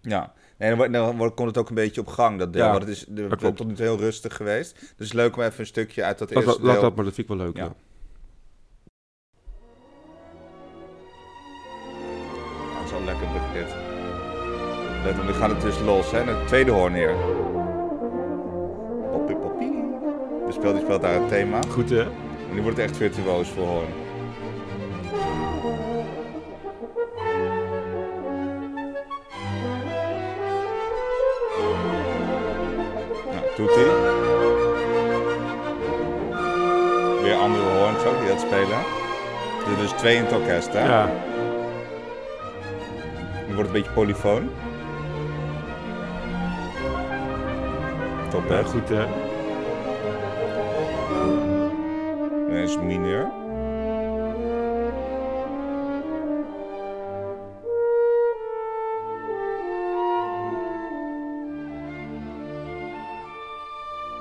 A: Ja, nee, dan, wordt- dan wordt- komt het ook een beetje op gang, dat deel.
B: Ja,
A: want het is de,
B: dat klopt.
A: tot nu toe heel rustig geweest. Dus het is leuk om even een stukje uit dat
B: Laat,
A: eerste
B: dat- laat
A: deel...
B: dat maar, dat vind ik wel leuk.
A: Ja.
B: ja.
A: Ja, dat is wel Ah, lekker begin. Let op, nu gaat het dus los, hè. En het tweede hoorn hier. Papi papi. De speel die speelt daar het thema.
B: Goed, hè?
A: En nu wordt het echt virtuoos voor hoorn. Nou, doet hij. Weer andere hoorns ook die dat spelen. Er zijn dus twee in het orkest, hè?
B: Ja.
A: Nu wordt het een beetje polyfoon. Top, hè?
B: Ja, goed, hè?
A: Dan is het mineur.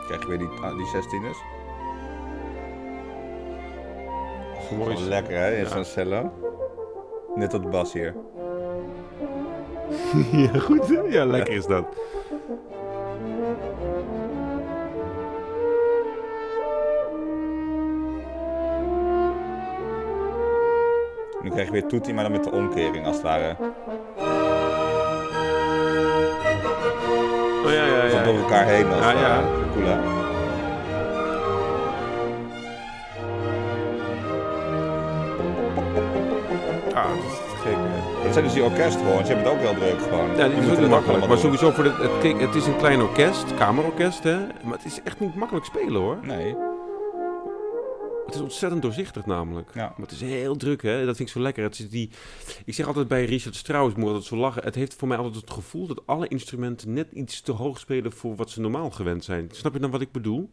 A: Krijg je weer die, ah, die 16ers?
B: Mooi.
A: Wel lekker hè, in
B: Ja.
A: zo'n cello. Net dat bas hier.
B: Ja, goed, hè? Ja, lekker is dat.
A: Nu krijg je weer toetie, maar dan met de omkering als het ware.
B: Oh, ja, ja, ja.
A: Zo
B: ja.
A: door elkaar heen als
B: Ja,
A: het
B: ja.
A: ware. Cool hè?
B: Ah, dat is te gek, hè?
A: Dat zijn dus die orkesthoorns, die hebben het ook heel druk gewoon.
B: Ja,
A: Die
B: dit is ook
A: moeten
B: niet
A: het
B: makkelijk.
A: allemaal
B: Maar
A: doen.
B: sowieso voor de, het, kijk, het is een klein orkest, kamerorkest, hè. Maar het is echt niet makkelijk spelen, hoor.
A: Nee.
B: Nou, Het is ontzettend doorzichtig namelijk.
A: Ja.
B: Maar het is heel druk, hè. Dat vind ik zo lekker. Het is die, ik zeg altijd bij Richard Strauss, moet ik altijd zo lachen. Het heeft voor mij altijd het gevoel dat alle instrumenten net iets te hoog spelen voor wat ze normaal gewend zijn. Snap je dan wat ik bedoel?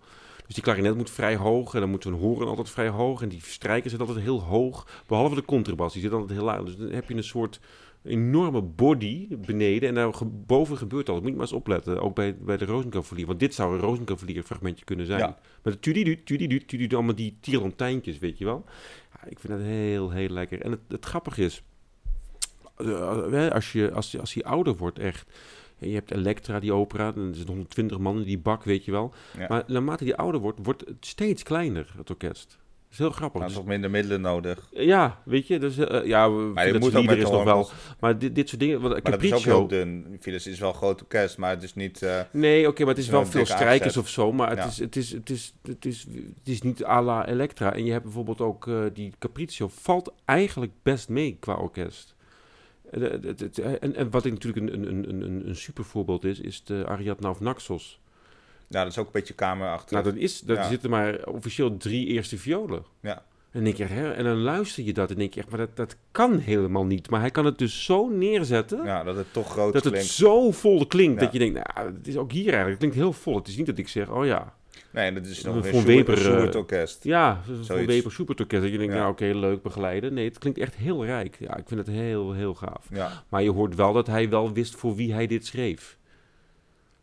B: Dus die klarinet moet vrij hoog en dan moet zo'n horen altijd vrij hoog. En die strijker zit altijd heel hoog, behalve de contrabas, die zit altijd heel laag. Dus dan heb je een soort enorme body beneden en daar ge- boven gebeurt altijd. Moet je maar eens opletten, ook bij, bij de Rozenkavalier. Want dit zou een Rozenkavalier fragmentje kunnen zijn.
A: Ja.
B: Maar de tudidu, tudidu, tudidu, allemaal die tierlantijntjes, weet je wel. Ja, ik vind dat heel, heel lekker. En het, het grappige is, eh, eh, als, je, als, je- als hij ouder wordt echt... en Je hebt Elektra, die opera, dan zitten 120 man in die bak, weet je wel.
A: Ja.
B: Maar naarmate die ouder wordt, wordt het steeds kleiner, het orkest. Dat is heel grappig. Dus
A: Dan toch minder middelen nodig.
B: Eh, Ja, weet je, dus eh, ja, we
A: Maar
B: vinden
A: je
B: het
A: moet ook
B: lieder
A: met
B: is
A: de
B: nog wel.
A: horens.
B: Maar dit, dit soort dingen, want eh,
A: Maar dat is ook
B: Capriccio-
A: heel dun. Phyllis is wel een groot orkest, maar het is niet... eh,
B: Nee, oké, maar het is
A: Wel
B: wel
A: een
B: veel
A: dikke
B: strijkers
A: aanzet.
B: of zo, maar het,
A: Ja.
B: is, het, is, het, is, het, is, het is niet à la Elektra. En je hebt bijvoorbeeld ook eh, die Capriccio, valt eigenlijk best mee qua orkest. Eh, de- de- de- de- En, en wat ik natuurlijk een, een, een, een, een super voorbeeld is, is de Ariadna of Naxos.
A: nou, dat is ook een beetje kamerachtig.
B: Nou, dat is, daar
A: Ja.
B: zitten maar officieel drie eerste violen.
A: Ja.
B: En, denk je, hè, en dan luister je dat en denk je echt, maar dat, dat kan helemaal niet. Maar hij kan het dus zo neerzetten
A: Ja, dat het toch groot
B: dat het
A: klinkt.
B: zo vol klinkt
A: Ja.
B: dat je denkt, nou, het is ook hier eigenlijk, het klinkt heel vol. Het is niet dat ik zeg, oh ja,
A: Nee, dat is nog
B: Van
A: een Schubert,
B: Weber,
A: een
B: eh,
A: Schubert orkest.
B: ja, van
A: Zoiets.
B: Weber Supertorkest. Dat je denkt,
A: Ja.
B: nou oké, leuk begeleiden. Nee, het klinkt echt heel rijk. Ja, ik vind het heel, heel gaaf.
A: Ja.
B: Maar je hoort wel dat hij wel wist voor wie hij dit schreef.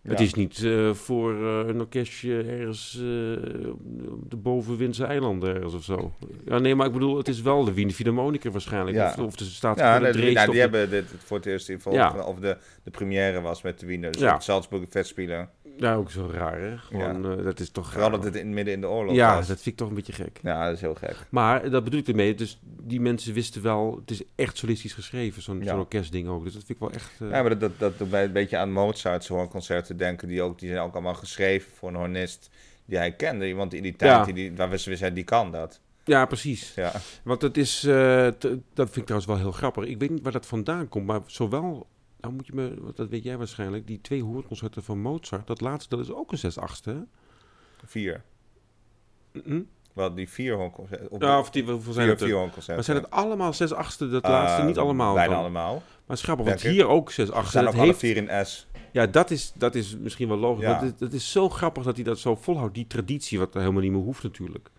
B: Het
A: Ja.
B: is niet eh, voor eh, een orkestje ergens eh, op de bovenwindse eilanden ergens of zo. Ja, nee, maar ik bedoel, het is wel de Wiener Philharmoniker waarschijnlijk.
A: Ja.
B: Of, of de staat
A: Ja,
B: ja,
A: nee,
B: de
A: die-
B: Dresden
A: nou,
B: of
A: die
B: de-
A: hebben dit voor het eerst in vol-
B: Ja.
A: of de, de première was met de Wiener. Dus
B: Ja.
A: het Salzburger Festspielen.
B: Ja, ook zo raar hè. Gewoon, eh, dat is toch
A: Vooral
B: raar.
A: dat het in, midden in de oorlog
B: Ja,
A: was.
B: dat vind ik toch een beetje gek.
A: Ja, dat is heel gek.
B: Maar dat bedoel ik ermee. Dus die mensen wisten wel, het is echt solistisch geschreven, zo'n
A: Ja.
B: zo'n orkestding ook. Dus dat vind ik wel echt. eh,
A: Ja, maar dat, dat, dat doet mij een beetje aan Mozart's hoorconcerten denken. Die, ook, die zijn ook allemaal geschreven voor een hornist die hij kende. Iemand in die tijd
B: Ja.
A: die, die, waar we wisten, die kan dat.
B: ja, precies.
A: Ja.
B: Want het is, eh, t- dat vind ik trouwens wel heel grappig. Ik weet niet waar dat vandaan komt, maar zowel, nou moet je me, want dat weet jij waarschijnlijk, die twee hoorconcerten van Mozart, dat laatste, dat is ook een 6 8 hè?
A: Vier.
B: Mhm.
A: Wel, die vier hoorconcerten. op-
B: Ja, of die, hoeveel zijn
A: vier,
B: het? er?
A: vier
B: Maar
A: hoorconcerten.
B: zijn het allemaal 6 8 dat laatste
A: Eh,
B: niet allemaal?
A: Bijna
B: dan?
A: allemaal.
B: Maar schappig, want
A: Denk ik.
B: hier ook 6
A: Ze
B: 8
A: zijn
B: Dat
A: ook alle
B: heeft
A: vier in S.
B: Ja, dat is, dat is misschien wel logisch.
A: Ja.
B: Want het, het is zo grappig dat hij dat zo volhoudt. Die traditie, wat er helemaal niet meer hoeft natuurlijk.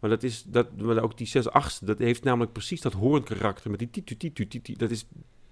B: Maar, dat is, dat, maar ook die 6 8 dat heeft namelijk precies dat hoornkarakter. Met die titu, titu, titu. Dat, is,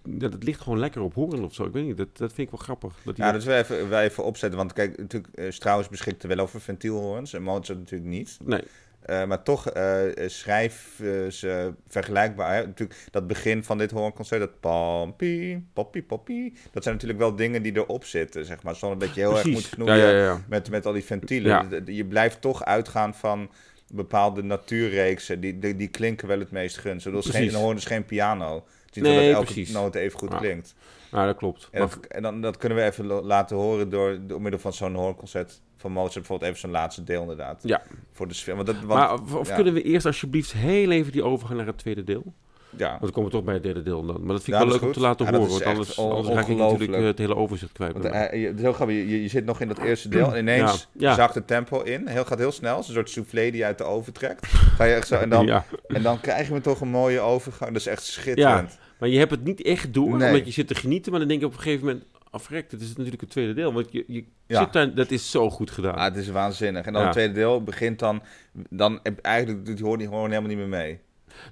B: dat, dat ligt gewoon lekker op hoorn of zo. Ik weet niet, dat, dat vind ik wel grappig. Dat hij
A: Ja,
B: dat-
A: Nou, dat wil even, wel even opzetten. Want kijk, natuurlijk, eh, Strauss beschikte wel over ventielhoorns. En Mozart natuurlijk niet.
B: Nee,
A: Eh, maar toch eh schrijf eh, ze vergelijkbaar. Hè? Natuurlijk, dat begin van dit hoornconcert, dat pampie, poppie, poppie. Dat zijn natuurlijk wel dingen die erop zitten, zeg maar. Zonder dat je heel erg moet
B: precies. Ja,
A: knoeien
B: ja, ja.
A: Met, met al die ventielen.
B: Ja.
A: D- d- Je blijft toch uitgaan van bepaalde natuurreeksen. Die, die, die klinken wel het meest gunstig. Dat is geen,
B: Precies.
A: een hoorn is dus geen piano. Het is niet
B: Nee,
A: dat elke
B: precies.
A: noot even goed
B: Ja.
A: klinkt.
B: Nou, dat klopt.
A: En,
B: Maar-
A: dat, en dan, dat kunnen we even lo- laten horen door, door middel van zo'n hoorconcert van Mozart. Bijvoorbeeld even zo'n laatste deel inderdaad.
B: Ja.
A: Voor de sfeer. Want dat, want,
B: maar of, of
A: ja.
B: kunnen we eerst alsjeblieft heel even die overgang naar het tweede deel?
A: ja.
B: Want dan komen we toch bij het derde deel dan. Maar dat vind ik
A: Ja,
B: wel
A: dat is
B: leuk om
A: goed.
B: te laten
A: Ja, dat
B: horen.
A: is
B: Want
A: echt
B: anders,
A: on-
B: anders raak ik
A: ongelooflijk.
B: natuurlijk eh, het hele overzicht kwijt.
A: Want
B: met
A: eh, je, het is heel grappig, je, je zit nog in dat eerste deel en ineens
B: Ja, ja.
A: zakt het tempo in. Heel, gaat heel snel, het is een soort soufflé die je uit de oven trekt. Ga je echt zo, en,
B: me.
A: dan,
B: ja.
A: en dan krijg je toch een mooie overgang. Dat is echt schitterend.
B: Maar je hebt het niet echt door,
A: Nee.
B: omdat je zit te genieten. Maar dan denk je op een gegeven moment... Afrek, dit is natuurlijk het tweede deel. Want je, je
A: Ja.
B: zit daar... Dat is zo goed gedaan.
A: Ah, het is waanzinnig. En dan
B: Ja.
A: het tweede deel begint dan, dan heb- eigenlijk doet die hoorn die hoorn helemaal niet meer mee.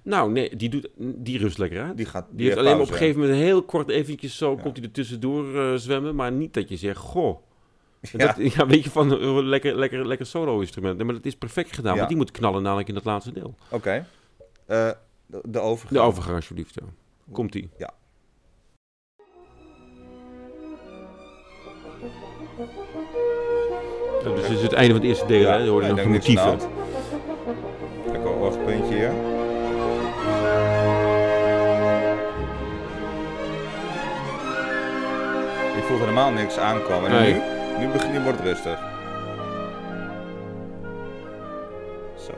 B: Nou, nee, die, doet, die rust lekker uit. Die,
A: Die gaat die
B: heeft
A: heeft
B: alleen maar op een
A: pauze.
B: gegeven moment heel kort eventjes zo...
A: Ja.
B: Komt hij er tussendoor eh, zwemmen. Maar niet dat je zegt, goh...
A: Ja.
B: Dat, ja, weet je, van eh, lekker, lekker, lekker solo-instrument. Nee, maar dat is perfect gedaan.
A: Ja.
B: Want die moet knallen namelijk in dat laatste deel.
A: Oké. Eh, de, de
B: De
A: overgang.
B: overgang, alsjeblieft. Ja. Komt-ie. Ja, dus dit is het einde van het eerste deel,
A: Ja,
B: hè? Je hoorde
A: ik
B: nog de
A: denk niks aan
B: motieven.
A: de hand. Lekker orgelpuntje oh, hier. Ik voelde helemaal niks aankomen. En
B: Nee.
A: nu, nu, begin, nu wordt het rustig. Zo.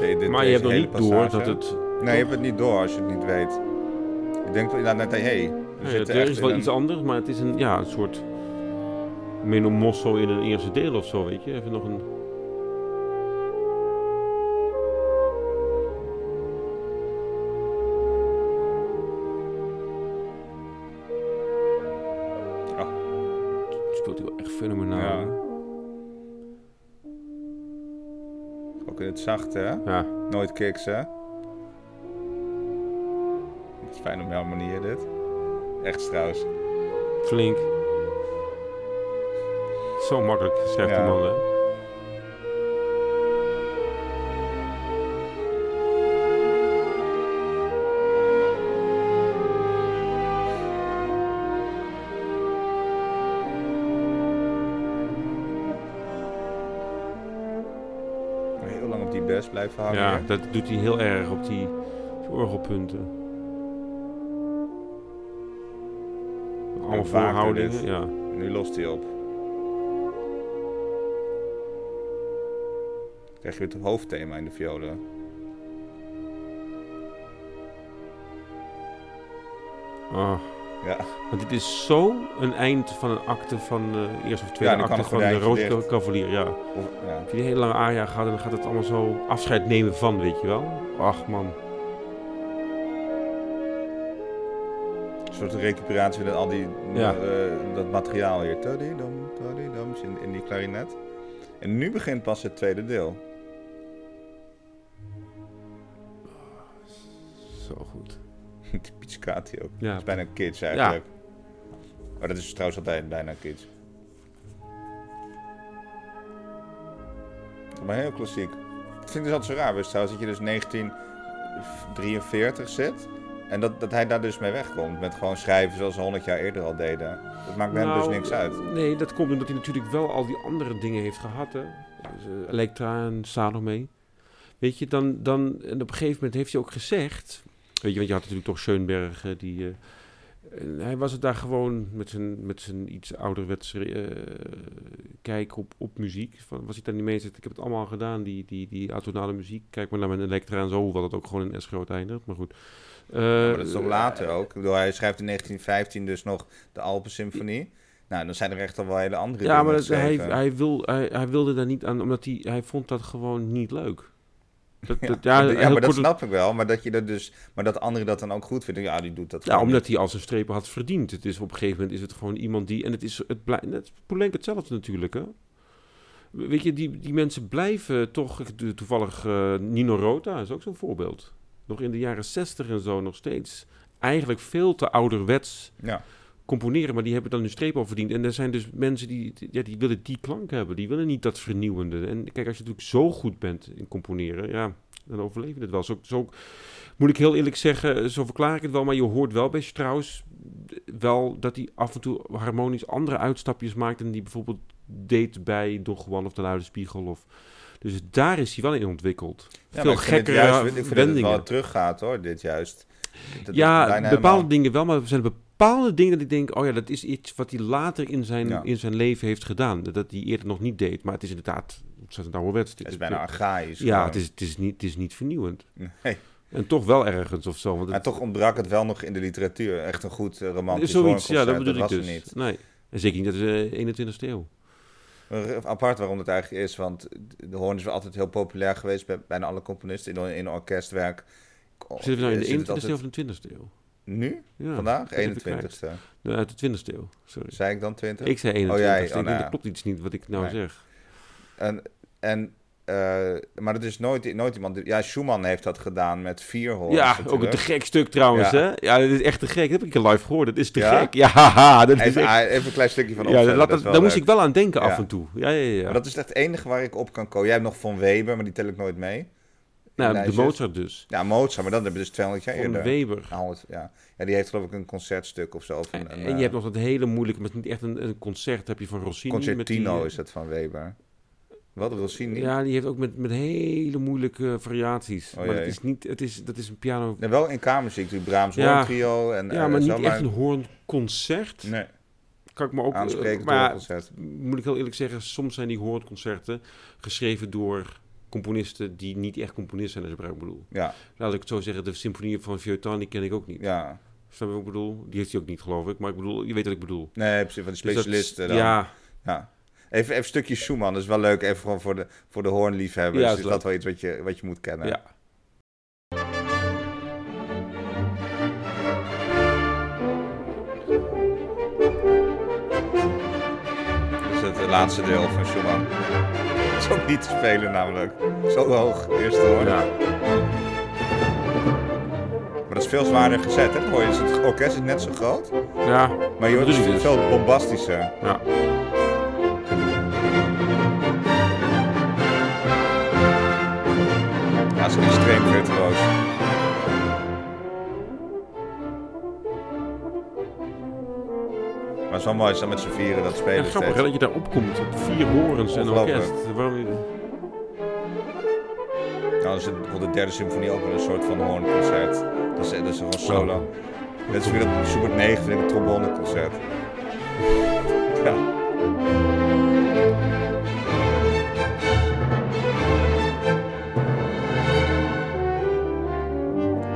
A: Ja, de- de-
B: Maar je hebt nog
A: deze
B: niet
A: hele
B: door dat
A: passage-
B: het...
A: Nee, je hebt het niet door als je het niet weet. Je denkt wel inderdaad net, hé, hey, we
B: Nee,
A: zitten
B: er
A: echt
B: is
A: in
B: wel
A: een-
B: iets anders, maar het is een, ja, een soort menomosso in een eerste deel of zo, weet je. Even nog een... fenomenaal.
A: Ja.
B: Ja.
A: Ook in het zachte, hè? Nooit kicks, hè? Dat is fijn op jouw manier, dit. Echt trouwens.
B: flink. Zo makkelijk schrijft
A: Ja.
B: die man, hè?
A: Heel lang op die best blijven hangen.
B: Ja,
A: Ja.
B: dat doet hij heel erg op die die orgelpunten. Allemaal
A: vaker
B: voorhoudingen,
A: dit.
B: ja.
A: Nu lost hij op. Krijg je het hoofdthema in de violen.
B: Ah,
A: Ja.
B: want dit is zo een eind van een acte van de eerste of tweede
A: dan kan
B: acte
A: het
B: van de
A: gordijntje
B: Rood
A: dicht.
B: Cavalier. Ja.
A: Of, ja.
B: Als je een hele lange aria gaat, dan gaat het allemaal zo afscheid nemen van, weet je wel. Ach man.
A: Een soort recuperatie van al die,
B: Ja.
A: eh, dat materiaal hier. Tadidam, tadidam, in, in die klarinet. En nu begint pas het tweede deel.
B: Zo goed.
A: Die pizzicati ook.
B: Ja,
A: Dat is bijna kids eigenlijk. Maar dat is trouwens altijd bijna kids. Maar heel klassiek. Ik vind het altijd zo raar, wist trouwens, dat je dus 1943 zit. En dat, dat hij daar dus mee wegkomt. Met gewoon schrijven zoals ze 100 jaar eerder al deden. Dat maakt bij hem
B: Nou,
A: dus niks uit.
B: Nee, dat komt omdat hij natuurlijk wel al die andere dingen heeft gehad. Hè? Dus, eh, Elektra en Salome. Weet je, dan, dan, en op een gegeven moment heeft hij ook gezegd. Weet je, want je had natuurlijk toch Schoenberg. eh, die, eh, en hij was het daar gewoon met zijn, met zijn iets ouderwetse eh, kijk op, op muziek. Van, was hij dan niet mee? Zegt, ik heb het allemaal gedaan, die, die, die atonale muziek. Kijk maar naar mijn Elektra en zo. Hoewel dat ook gewoon in S groot eindigt. Maar goed. Eh,
A: Maar dat is toch later ook? Ik bedoel, hij schrijft in 1915 dus nog de Alpensymfonie. Nou, dan zijn er echt al wel hele andere
B: Ja,
A: dingen
B: maar dat- hij,
A: geschreven.
B: hij, wil, hij, hij wilde daar niet aan, omdat hij, hij vond dat gewoon niet leuk. Dat, dat, ja,
A: Ja,
B: heel
A: maar dat
B: kort-
A: snap ik wel. Maar dat, je dat dus, maar dat anderen dat dan ook goed vinden. Ja, die doet dat
B: ja,
A: gewoon
B: omdat hij al zijn strepen had verdiend. Het is, op een gegeven moment is het gewoon iemand die... En het is het blij, net Poulenc hetzelfde natuurlijk, hè. Weet je, die, die mensen blijven toch... de- Toevallig eh, Nino Rota is ook zo'n voorbeeld. Nog in de jaren zestig en zo nog steeds. Eigenlijk veel te ouderwets
A: niet. Ja.
B: componeren, maar die hebben dan hun streep al verdiend. En er zijn dus mensen die, ja, die willen die klank hebben, die willen niet dat vernieuwende. En kijk, als je natuurlijk zo goed bent in componeren, ja, dan overleef je het wel. Zo, zo moet ik heel eerlijk zeggen, zo verklaar ik het wel, maar je hoort wel bij Strauss wel dat hij af en toe harmonisch andere uitstapjes maakt dan die bijvoorbeeld deed bij Don Juan of de Luide Spiegel. Of, dus daar is hij wel in ontwikkeld.
A: Ja, maar
B: Veel
A: ik vind het
B: gekkere
A: juist- Ik vind dat het
B: wendingen.
A: wel teruggaat hoor, dit juist. Dat
B: ja,
A: is bijna
B: bepaalde
A: helemaal-
B: dingen wel, maar er zijn bepaalde dingen dat ik denk, oh ja, dat is iets wat hij later in zijn,
A: Ja.
B: in zijn leven heeft gedaan. Dat- Dat hij eerder nog niet deed, maar het is inderdaad ontzettend ouderwets.
A: Het is bijna archaïs.
B: ja,
A: gewoon.
B: het is, het, is niet, het is niet vernieuwend.
A: Nee.
B: En toch wel ergens of zo. Want
A: Maar
B: het,
A: toch ontbrak het wel nog in de literatuur. Echt een goed eh, romantisch
B: zoiets, ja, dat
A: hoorconcert,
B: bedoel ik
A: was Oh, er
B: dus.
A: niet.
B: Nee. En zeker niet dat is eh 21ste eeuw.
A: Maar Apart waarom het eigenlijk is, want de hoorn is wel altijd heel populair geweest bij bijna alle componisten in, in orkestwerk.
B: Zitten we nou in
A: Is
B: de
A: het
B: 21ste
A: altijd-
B: eeuw of de 20ste eeuw?
A: Nu?
B: Ja,
A: Vandaag?
B: even
A: 21ste.
B: Nee, uit de 20ste eeuw, sorry.
A: Zei ik dan 20?
B: Ik zei 21ste,
A: Oh, jij-
B: ik
A: oh,
B: denk,
A: nou ja.
B: dat klopt iets niet wat ik nou
A: Nee.
B: zeg.
A: En, en, eh, maar dat is nooit, nooit iemand... Ja, Schumann heeft dat gedaan met vier hoorns
B: ja, ook een
A: natuurlijk.
B: te gek stuk trouwens,
A: Ja.
B: hè? Ja, dat is echt te gek. Dat heb ik een live gehoord. Dat is te
A: Ja?
B: gek. Ja, haha, dat is
A: Even,
B: echt...
A: ah, even een klein stukje van
B: Ja,
A: opzetten,
B: dat, dat,
A: dat is wel
B: daar moest
A: leuk.
B: ik wel aan denken
A: Ja.
B: af en toe. Ja, ja, ja.
A: Maar dat is echt het enige waar ik op kan komen. Jij hebt nog Von Weber, maar die tel ik nooit mee.
B: nou, de
A: lijstjes.
B: Mozart dus.
A: Ja, Mozart, maar dat hebben we dus 200 jaar
B: Van
A: eerder.
B: Weber.
A: Nou, honderd- ja. ja, die heeft geloof ik een concertstuk of zo. Van,
B: En,
A: een,
B: en
A: eh,
B: je hebt nog dat hele moeilijke, maar het is niet echt een, een concert, heb je van Rossini. met die,
A: Concertino
B: eh,
A: is dat van Weber. Wat, Rossini?
B: Ja, die heeft ook met, met hele moeilijke variaties. maar
A: Oh, jee.
B: het is niet, het is, dat is een piano...
A: Ja, wel in kamermuziek, die Brahms
B: Ja.
A: Hoorntrio. En,
B: ja,
A: eh,
B: maar niet
A: zo,
B: echt een hoornconcert.
A: Nee,
B: Kan ik me ook... eh,
A: aansprekend
B: maar ja,
A: hoorconcert.
B: moet ik heel eerlijk zeggen, soms zijn die hoornconcerten geschreven door componisten die niet echt componist zijn, als je begrijpt wat ik bedoel.
A: Ja,
B: Laat ik het zo zeggen, de symfonieën van Viotan, die ken ik ook niet.
A: ja.
B: Snap je wat ik bedoel? Die heeft hij ook niet, geloof ik. Maar ik bedoel, je weet wat ik bedoel.
A: Nee, precies, van de
B: Dus dat-
A: specialisten dan.
B: ja,
A: Ja. Even, even een stukje Schumann, dat is wel leuk, even gewoon voor de, voor de hoornliefhebbers.
B: Ja, is
A: is
B: leuk.
A: dat wel iets wat je, wat je moet kennen.
B: ja.
A: Dus dat, het laatste deel van Schumann. Dat is ook niet te spelen namelijk. Zo hoog, eerste hoor.
B: Ja.
A: Maar dat is veel zwaarder gezet, hè? Hoor je, is het orkest is net zo groot,
B: Ja.
A: maar je hoort
B: Precies.
A: het veel bombastischer.
B: ja.
A: Ja, het is extreem virtuoos. Maar het is wel mooi, is dat met z'n vieren dat
B: Ja,
A: spelen
B: grappig hè,
A: steeds.
B: dat je daar opkomt. Vier horens en een
A: Ongelooflijk.
B: orkest. Waarom...
A: Nou, is het, voor de derde symfonie ook wel een soort van hoornconcert. Dat is, dat is gewoon solo. Net is weer dat Schubert 9 vind ik een tromboneconcert. Ja.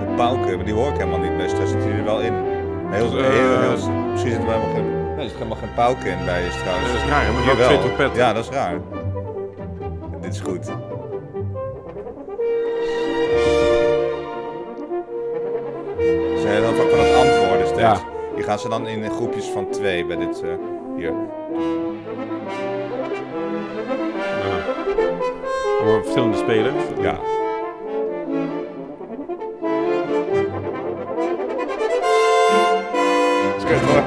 A: Een pauke, maar die hoor ik helemaal niet best. Daar zit hij er wel in. Heel, heel,
B: Eh.
A: heel, misschien zit er wel helemaal geen, nee, er zit helemaal geen pauke in bij je trouwens.
B: Dat is raar, hè, maar wel
A: Jawel.
B: twee trompetten.
A: Ja, dat is raar. Dit is goed. Ze hebben heel vaak van het antwoorden steeds.
B: Ja.
A: Hier gaan ze dan in groepjes van twee bij dit eh, hier.
B: Ja. Allemaal verschillende spelers.
A: Ja. Dat is hoor.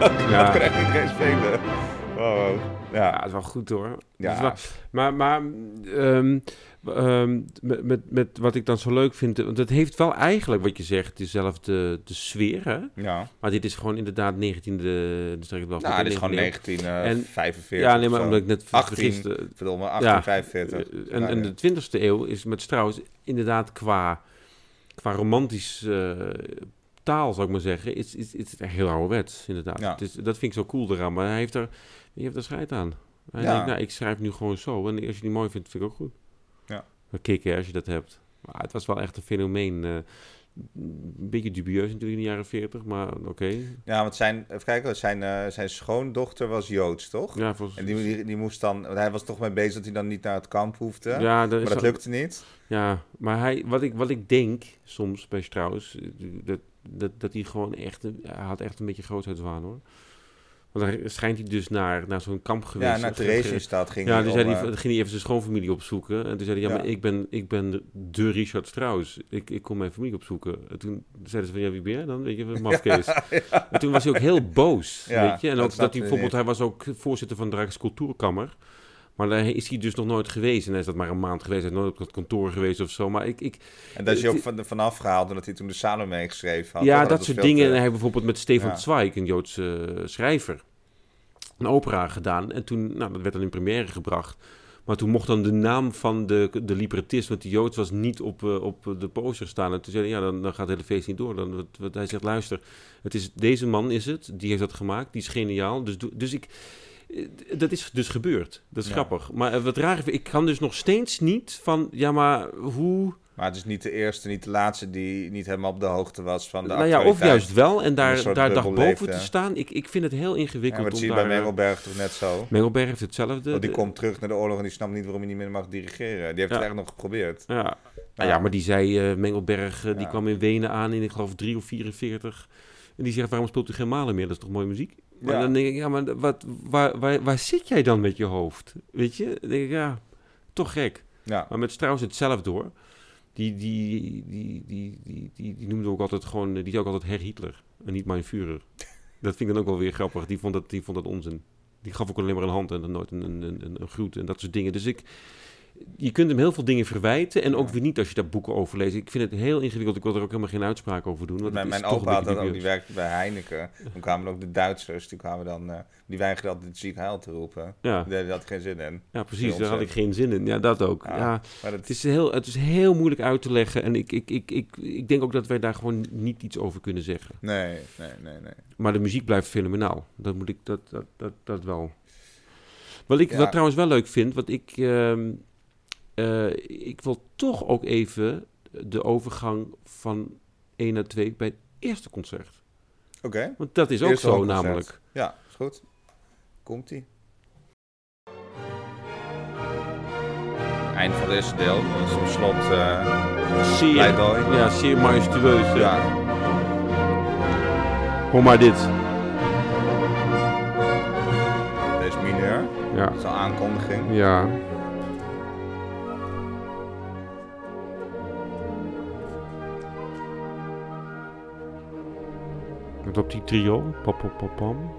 A: Dat kan
B: Ja.
A: echt iedereen spelen. Wow, wow.
B: Ja,
A: Ja.
B: het is wel goed hoor.
A: Ja.
B: Het is wel- maar maar ehm, ehm, met, met, met wat ik dan zo leuk vind, want het heeft wel eigenlijk wat je zegt, dezelfde de sfeer. Hè?
A: ja.
B: Maar dit is gewoon inderdaad 19e. Dus zeg ik het wel
A: Nou,
B: goed,
A: dit is gewoon 1945.
B: Ja, nee, maar
A: of zo.
B: omdat ik net
A: 18.
B: vergiste.
A: Verdomme,
B: Ja.
A: 1845.
B: Eh, En, en de 20e eeuw is met Strauss inderdaad qua, qua romantisch eh, taal, zou ik maar zeggen, is, is, is het echt heel ouderwets, inderdaad.
A: Ja.
B: Het is- dat vind ik zo cool eraan, maar hij heeft er, hij heeft er scheid aan. Hij
A: Ja.
B: denkt, nou, ik schrijf nu gewoon zo en als je die mooi vindt, vind ik ook goed.
A: Ja.
B: Maar kicken als je dat hebt. Maar het was wel echt een fenomeen. eh, een beetje dubieus natuurlijk in de jaren 40, maar oké.
A: Ja, want zijn, even kijken, zijn, eh, zijn schoondochter was Joods, toch?
B: Ja, volgens
A: En die, die, die moest dan, want hij was toch mee bezig dat hij dan niet naar het kamp hoefde.
B: ja, er is
A: eh? maar
B: wel-
A: dat lukte niet.
B: Ja, maar hij, wat, ik, wat ik denk soms bij Strauss, eh, dat, dat, dat hij gewoon echt, een- hij had echt een beetje grootheidswaan hoor. Want dan schijnt hij dus naar, naar zo'n kamp geweest.
A: Ja, naar
B: Ge- ge-
A: Theresienstadt ging
B: Ja,
A: hij
B: toen
A: om,
B: zei hij,
A: eh,
B: toen ging hij even zijn schoonfamilie opzoeken. En toen zei hij, ja,
A: Ja.
B: maar ik ben, ik ben de Richard Strauss. Ik, ik kom mijn familie opzoeken. En toen zeiden ze van, ja, wie ben jij dan? Weet je, een mafkees. En toen was hij ook heel boos,
A: Ja,
B: weet je. En
A: dat
B: ook dat
A: snapte hij
B: hij bijvoorbeeld, hij was ook voorzitter van de Rijkscultuurkammer. Maar daar is hij dus nog nooit geweest. En hij is dat maar een maand geweest. Hij is nooit op dat kantoor geweest of zo. Maar ik, ik,
A: En dat is hij
B: het-
A: ook van, vanaf gehaald omdat hij toen de Salome geschreven had.
B: ja,
A: toch?
B: dat,
A: was
B: soort
A: veel te-
B: dingen. En hij bijvoorbeeld met Stefan
A: Ja.
B: Zweig, een Joodse eh, schrijver, een opera gedaan. En toen, nou, dat werd dan in première gebracht. Maar toen mocht dan de naam van de, de librettist, want die Joods was niet op, eh, op de poster staan. En toen zei hij, ja, dan, dan gaat het hele feest niet door. Dan, wat, wat- hij zegt, luister, het is, deze man is het, die heeft dat gemaakt, die is geniaal. Dus, doe- dus ik, eh, dat is dus gebeurd. Dat is
A: Ja.
B: grappig. Maar eh, wat raar, is, ik kan dus nog steeds niet van, ja, maar hoe...
A: Maar het is niet de eerste, niet de laatste die niet helemaal op de hoogte was van de
B: Nou ja, of
A: actualiteit.
B: juist wel en
A: een
B: daar,
A: soort
B: daar
A: bubbel
B: dagboven
A: leeft,
B: te
A: hè?
B: staan. Ik, ik vind het heel
A: Ja,
B: ingewikkeld.
A: maar dat
B: om
A: zie je bij
B: daar, eh,
A: Mengelberg toch net zo.
B: Mengelberg heeft hetzelfde. Eh,
A: Want die
B: de-
A: komt terug naar de oorlog en die snapt niet waarom hij niet meer mag dirigeren. Die heeft
B: Ja.
A: het eigenlijk nog geprobeerd.
B: Ja. Nou ja, maar die zei, eh, Mengelberg, eh, die
A: Ja.
B: kwam in Wenen aan in, ik geloof, 3 of 44. En die zegt, waarom speelt u geen malen meer? Dat is toch mooie muziek? Maar
A: Ja.
B: dan denk ik, ja, maar wat, waar, waar, waar zit jij dan met je hoofd? Weet je? Dan denk ik, ja, toch gek.
A: Ja,
B: Maar met Strauss hetzelfde hoor. Die, die, die, die, die, die, die, die noemde ook altijd gewoon, die zei ook altijd Herr Hitler en niet mijn Führer. Dat vind ik dan ook wel weer grappig. Die vond dat, die vond dat onzin. Die gaf ook alleen maar een hand en dan nooit een, een, een, een- een groet en dat soort dingen. Dus ik, je kunt hem heel veel dingen verwijten en ook
A: Ja.
B: weer niet als je daar boeken over leest. Ik vind het heel ingewikkeld. Ik wil er ook helemaal geen uitspraak over doen. Want
A: mijn,
B: het is
A: mijn
B: toch
A: opa
B: een
A: had
B: beetje
A: dat ook, die
B: dubieus.
A: werkte bij Heineken. Toen kwamen er ook de Duitsers, die kwamen dan, eh, die weigerden altijd het ziek heil te roepen.
B: Ja,
A: Daar had geen zin in.
B: ja, precies.
A: Heel
B: Daar had ik
A: ontzettend.
B: geen zin in. Ja, dat ook.
A: Ja.
B: ja.
A: Maar dat
B: Het is, heel, het is heel moeilijk uit te leggen en ik, ik, ik, ik, ik denk ook dat wij daar gewoon niet iets over kunnen zeggen.
A: Nee, nee, nee, nee.
B: Maar de muziek blijft fenomenaal. Dat moet ik dat, dat, dat, dat wel. Wat ik
A: Ja.
B: wat trouwens wel leuk vind, wat ik, ehm, eh, ik wil toch ook even de overgang van 1 naar 2 bij het eerste concert.
A: Oké,
B: Want dat is ook
A: Eerste
B: zo
A: hoofdconcert.
B: namelijk.
A: ja, is goed. Komt-ie. Eind van het eerste deel, dat is op slot eh
B: Zeer,
A: pleidooi.
B: ja, zeer majestueus. eh. hè.
A: Ja,
B: Hoor maar dit.
A: deze mineur.
B: Ja.
A: Zo'n aankondiging.
B: Ja. Want op die trio, papapapam,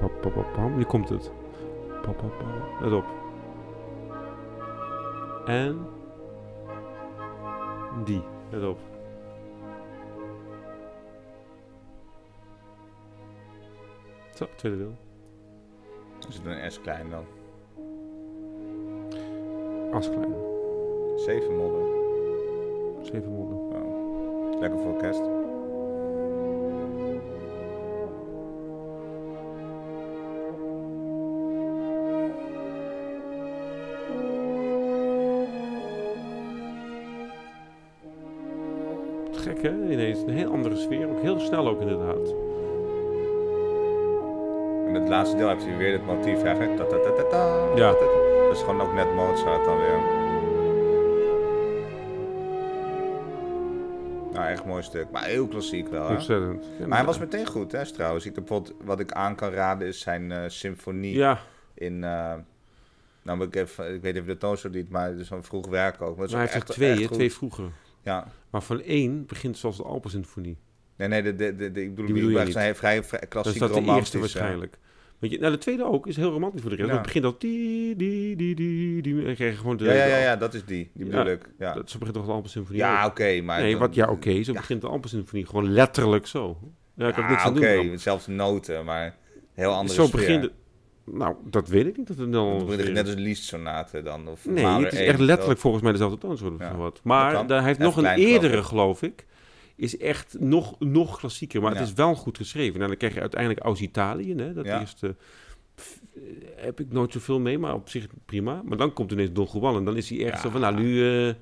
B: papapapam, nu komt het. Papapam, let op. En die, let op. Zo, tweede deel.
A: Is het een S klein dan?
B: Asklein,
A: Zeven modder.
B: zeven monden.
A: Oh. Lekker voor kerst.
B: Gek hè, ineens. Een heel andere sfeer, ook heel snel ook inderdaad.
A: En het laatste deel heb je weer het motief. Hè? Ta -ta -ta -ta -ta.
B: Ja.
A: Dat is gewoon ook net Mozart dan weer. Nou, echt mooi stuk. Maar heel klassiek wel. Hè?
B: Ontzettend. Ja,
A: Maar hij was meteen goed, hè, trouwens. Ik heb bijvoorbeeld, wat ik aan kan raden is zijn eh, symfonie
B: Ja,
A: in... eh nou, moet ik, even, ik weet even de toon zo niet, maar het is zo'n vroeg werk ook. Maar het is
B: maar
A: ook
B: hij heeft er
A: echt-
B: twee,
A: echt
B: hè,
A: goed.
B: twee vroeger.
A: Ja.
B: Maar van één begint zoals de Alpensinfonie.
A: Nee, nee, de, de, de, de- ik bedoel,
B: bedoel
A: die
B: je
A: zijn
B: niet.
A: vrij, vrij
B: Dat is
A: klassiek
B: dat de
A: romantisch,
B: eerste
A: hè.
B: waarschijnlijk. Want je, nou, de tweede ook is heel romantisch voor de rest.
A: Ja.
B: Het begint al die, die, die, die, die. En dan krijg je gewoon de...
A: Ja, ja, ja, ja, dat is die. Die
B: Ja.
A: bedoel ik. Ja,
B: Dat, zo begint toch de Alpensinfonie
A: ja
B: ook?
A: oké, maar...
B: Nee,
A: dan-
B: wat, ja, oké, zo begint de Alpensinfonie. Gewoon letterlijk zo. Ja, ik heb niks
A: Ja,
B: aan
A: Ah, oké,
B: doen. Bram.
A: zelfs noten, maar heel andere
B: Zo
A: sfeer.
B: begint het... Nou, dat weet ik niet. Dat het dan
A: Dan begint het
B: weer-
A: net als Liszt-sonaten dan. Of
B: Nee,
A: Mahler
B: het is
A: 1,
B: echt
A: zo.
B: letterlijk volgens mij dezelfde toonsoort of
A: Ja,
B: zo wat.
A: kan.
B: Maar daar heeft
A: Even
B: nog een
A: klein, geloof
B: eerdere,
A: ik.
B: geloof ik. Is echt nog, nog klassieker, maar
A: Ja.
B: het is wel goed geschreven. Nou, dan krijg je uiteindelijk Aus-Italië, hè, dat
A: Ja.
B: eerste... pff, eh, heb ik nooit zoveel mee, maar op zich prima. Maar dan komt ineens Don Juan en dan is hij echt
A: Ja.
B: zo van... Nou, nu, eh,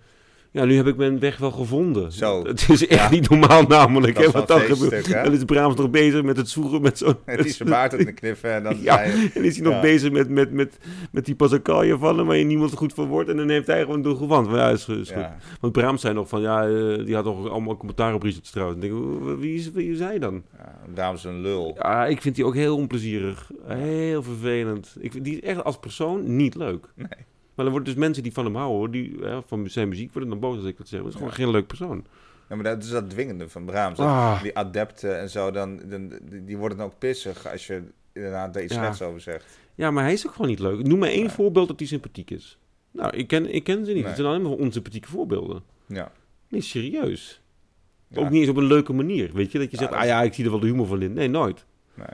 B: ja, nu heb ik mijn weg wel gevonden.
A: Zo.
B: Het is echt
A: Ja.
B: niet normaal namelijk,
A: Dat
B: hè,
A: is
B: wat
A: wel
B: dan
A: een
B: gebeurt.
A: feeststuk, hè?
B: Dan is Brahms nog bezig met het zoeken met zo'n...
A: Het is zijn baard aan het kniffen en dan...
B: Ja,
A: hij-
B: en is hij nog
A: Ja.
B: bezig met, met, met, met die passacaille vallen waar je niemand goed van wordt. En dan heeft hij gewoon doelgewand. Maar ja, is, is goed.
A: ja.
B: Want Braam zei nog van, ja, eh, die had nog allemaal commentaar op Richard Strauss. En ik denk, "Wie- wie is, wie is hij dan?
A: ja, daarom is een lul.
B: Ja, ik vind die ook heel onplezierig. Heel vervelend. Ik vind die is echt als persoon niet leuk.
A: Nee.
B: Maar dan worden dus mensen die van hem houden, hoor, die eh, van zijn muziek worden dan boos als ik dat zeg. Maar het is gewoon geen leuk persoon.
A: Ja, maar dat is dat dwingende van Brahms. Dat
B: Ah.
A: Die adepten en zo, dan, dan, die- die worden dan ook pissig als je inderdaad daar iets
B: Ja.
A: slechts over zegt.
B: Ja, maar hij is ook gewoon niet leuk. Noem maar één
A: Nee.
B: voorbeeld dat hij sympathiek is. Nou, ik ken, ik ken ze niet.
A: Nee.
B: Het zijn alleen maar onsympathieke voorbeelden.
A: Ja.
B: Nee, serieus.
A: Ja.
B: Ook niet eens op een leuke manier. Weet je, dat je
A: Ja,
B: zegt,
A: dat-
B: ah ja, ik zie er wel de humor van in. Nee, nooit.
A: Nee.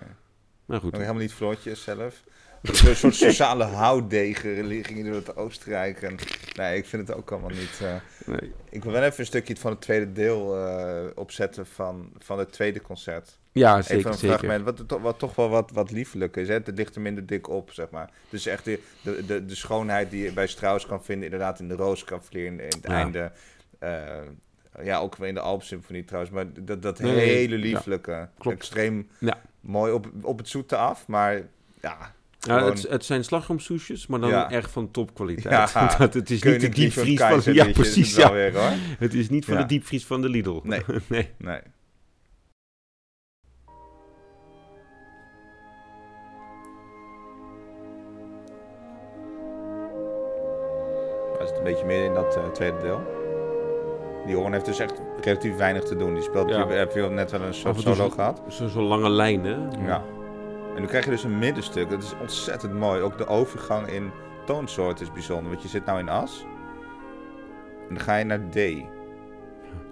B: Maar goed.
A: Nog helemaal niet vlotjes zelf. Een soort sociale houtdegen liggen door het Oostenrijk. En, nee, ik vind het ook allemaal niet. eh.
B: Nee.
A: Ik wil wel even een stukje van het tweede deel eh, opzetten van, van het tweede concert.
B: Ja,
A: even
B: zeker,
A: een
B: zeker.
A: fragment, wat, to- wat toch wel wat, wat liefelijk is. Hè? Het ligt er minder dik op, zeg maar. Dus echt de, de, de, de schoonheid die je bij Strauss kan vinden, inderdaad in de Rooskavalier, in, in het
B: Ja.
A: einde. eh, ja, ook wel in de Alpsymfonie trouwens. Maar dat, dat
B: Nee,
A: hele
B: ja.
A: lieflijke,
B: Klopt.
A: extreem
B: Ja.
A: mooi op, op het zoete af, maar ja...
B: Ja,
A: gewoon-
B: het, het zijn slagroomsoesjes, maar dan
A: Ja,
B: echt van topkwaliteit. Dat, het is niet de
A: Koninklijk
B: diepvries
A: van
B: van...
A: Keizer,
B: Ja,
A: weet je, is
B: precies,
A: het wel
B: ja.
A: Weer, hoor.
B: Het is niet van
A: Ja.
B: de diepvries van de Lidl.
A: Nee.
B: nee.
A: Nee. Hij zit een beetje meer in dat eh, tweede deel. Die hoorn heeft dus echt relatief weinig te doen. Die speelt,
B: Ja.
A: die- heb je net wel een soort
B: Af en toe
A: solo
B: zo-
A: gehad.
B: Zo- Zo'n lange lijn, hè?
A: Ja. En dan krijg je dus een middenstuk. Dat is ontzettend mooi. Ook de overgang in toonsoort is bijzonder. Want je zit nou in as. En dan ga je naar D.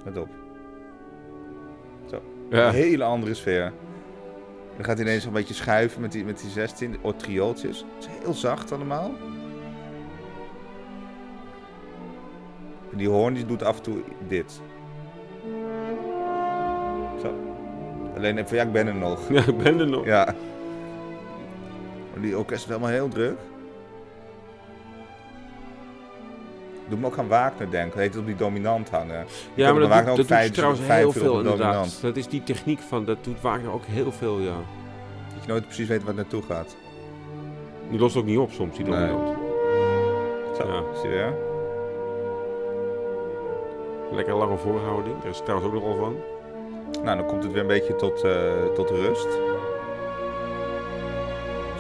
A: Let op. Een
B: Ja.
A: hele andere sfeer. Dan gaat hij ineens een beetje schuiven met die, met die 16 o- triooltjes. Het is heel zacht allemaal. En die hoorn die doet af en toe dit. Zo. Alleen even, ja, ik ben er nog.
B: Ja, ik ben er nog.
A: Ja. Maar Die orkest is helemaal heel druk. Doe me ook aan Wagner denken. Heet het op die dominant hangen.
B: Ja, maar
A: dan maken
B: dat, doet-
A: ook
B: dat doet
A: vijf-
B: ze trouwens
A: vijf
B: heel
A: uur op
B: veel
A: de dominant.
B: inderdaad. Dat is die techniek van, dat doet Wagner ook heel veel, ja.
A: Dat je nooit precies weet waar het naartoe gaat.
B: Die lost ook niet op soms, die
A: Nee.
B: dominant.
A: Zo,
B: Ja.
A: zie je weer.
B: Lekker lange voorhouding, daar is trouwens ook nogal van.
A: Nou, dan komt het weer een beetje tot, eh, tot rust.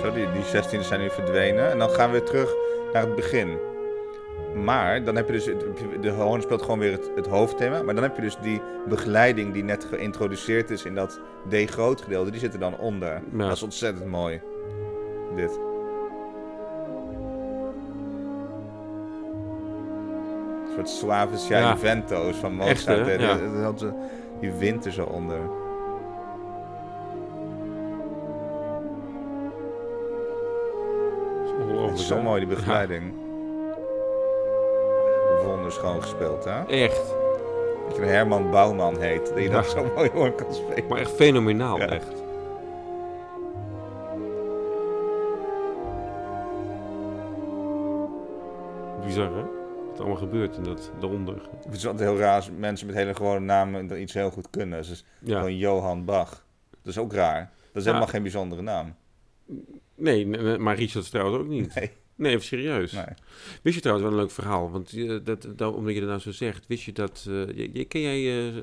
A: Zo, die, die 16 zijn nu verdwenen. En dan gaan we weer terug naar het begin. Maar dan heb je dus. het- De hoorn speelt gewoon weer het, het hoofdthema. Maar dan heb je dus die begeleiding die net geïntroduceerd is in dat D-groot gedeelte. Die zit er dan onder.
B: Ja.
A: Dat is ontzettend mooi. Dit. Een soort Suavisia
B: Ja.
A: Invento's van Mozart.
B: Echt, hè?
A: hè?
B: Ja.
A: Die- die had ze- Die wind er zo onder.
B: Dat is
A: Het
B: ongelooflijk,
A: is zo
B: hè?
A: mooi, die
B: Ja,
A: begeleiding. Wonderschoon gespeeld, hè?
B: echt.
A: Dat je Herman Bouwman heet. Dat je dat
B: Ja.
A: zo mooi hoor kan spelen.
B: Maar echt fenomenaal,
A: Ja.
B: echt. Bizar, hè? Wat er allemaal gebeurt in dat daaronder.
A: Het is altijd heel raar als mensen met hele gewone namen dan iets heel goed kunnen. Dus
B: Ja.
A: gewoon Johan Bach. Dat is ook raar. Dat is
B: Ja.
A: helemaal geen bijzondere naam.
B: Nee, nee, nee, maar Richard trouwens ook niet.
A: Nee.
B: Nee, even serieus.
A: Nee.
B: Wist je trouwens wel een leuk verhaal? Want eh, dat, dat, omdat je dat nou zo zegt, wist je dat. eh, je, je- ken, jij, eh,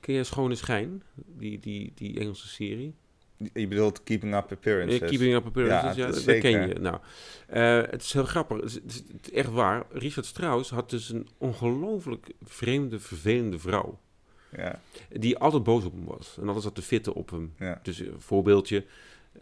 B: ken jij Schone Schijn? Die, die, die Engelse serie?
A: Je bedoelt Keeping Up Appearances.
B: Eh, Keeping Up Appearances,
A: Ja,
B: ja,
A: dat
B: dat,
A: is
B: ken
A: zeker.
B: je. Nou, eh, het is heel grappig. Het is, het is- het is echt waar. Richard Strauss had dus een ongelooflijk vreemde, vervelende vrouw.
A: Ja.
B: Die altijd boos op hem was. En altijd zat te fitten op hem.
A: Ja.
B: Dus een voorbeeldje.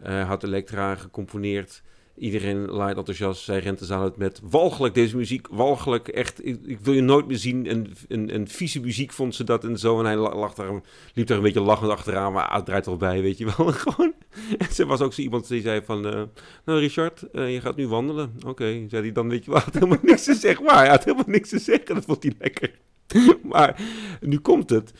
B: eh, had Elektra gecomponeerd. Iedereen laait enthousiast. Zij rent de zaal uit met... Walgelijk deze muziek, walgelijk. Echt, ik, ik wil je nooit meer zien. En, en, en vieze muziek vond ze dat en zo. En hij la- lag daar, liep daar een beetje lachend achteraan. Maar ah, het draait wel bij, weet je wel. Gewoon. En ze was ook zo iemand die zei van... eh, nou Richard, eh, je gaat nu wandelen. Oké, zei hij dan. Weet je wel, had helemaal niks te zeggen. Maar hij had helemaal niks te zeggen. Dat vond hij lekker. maar nu komt het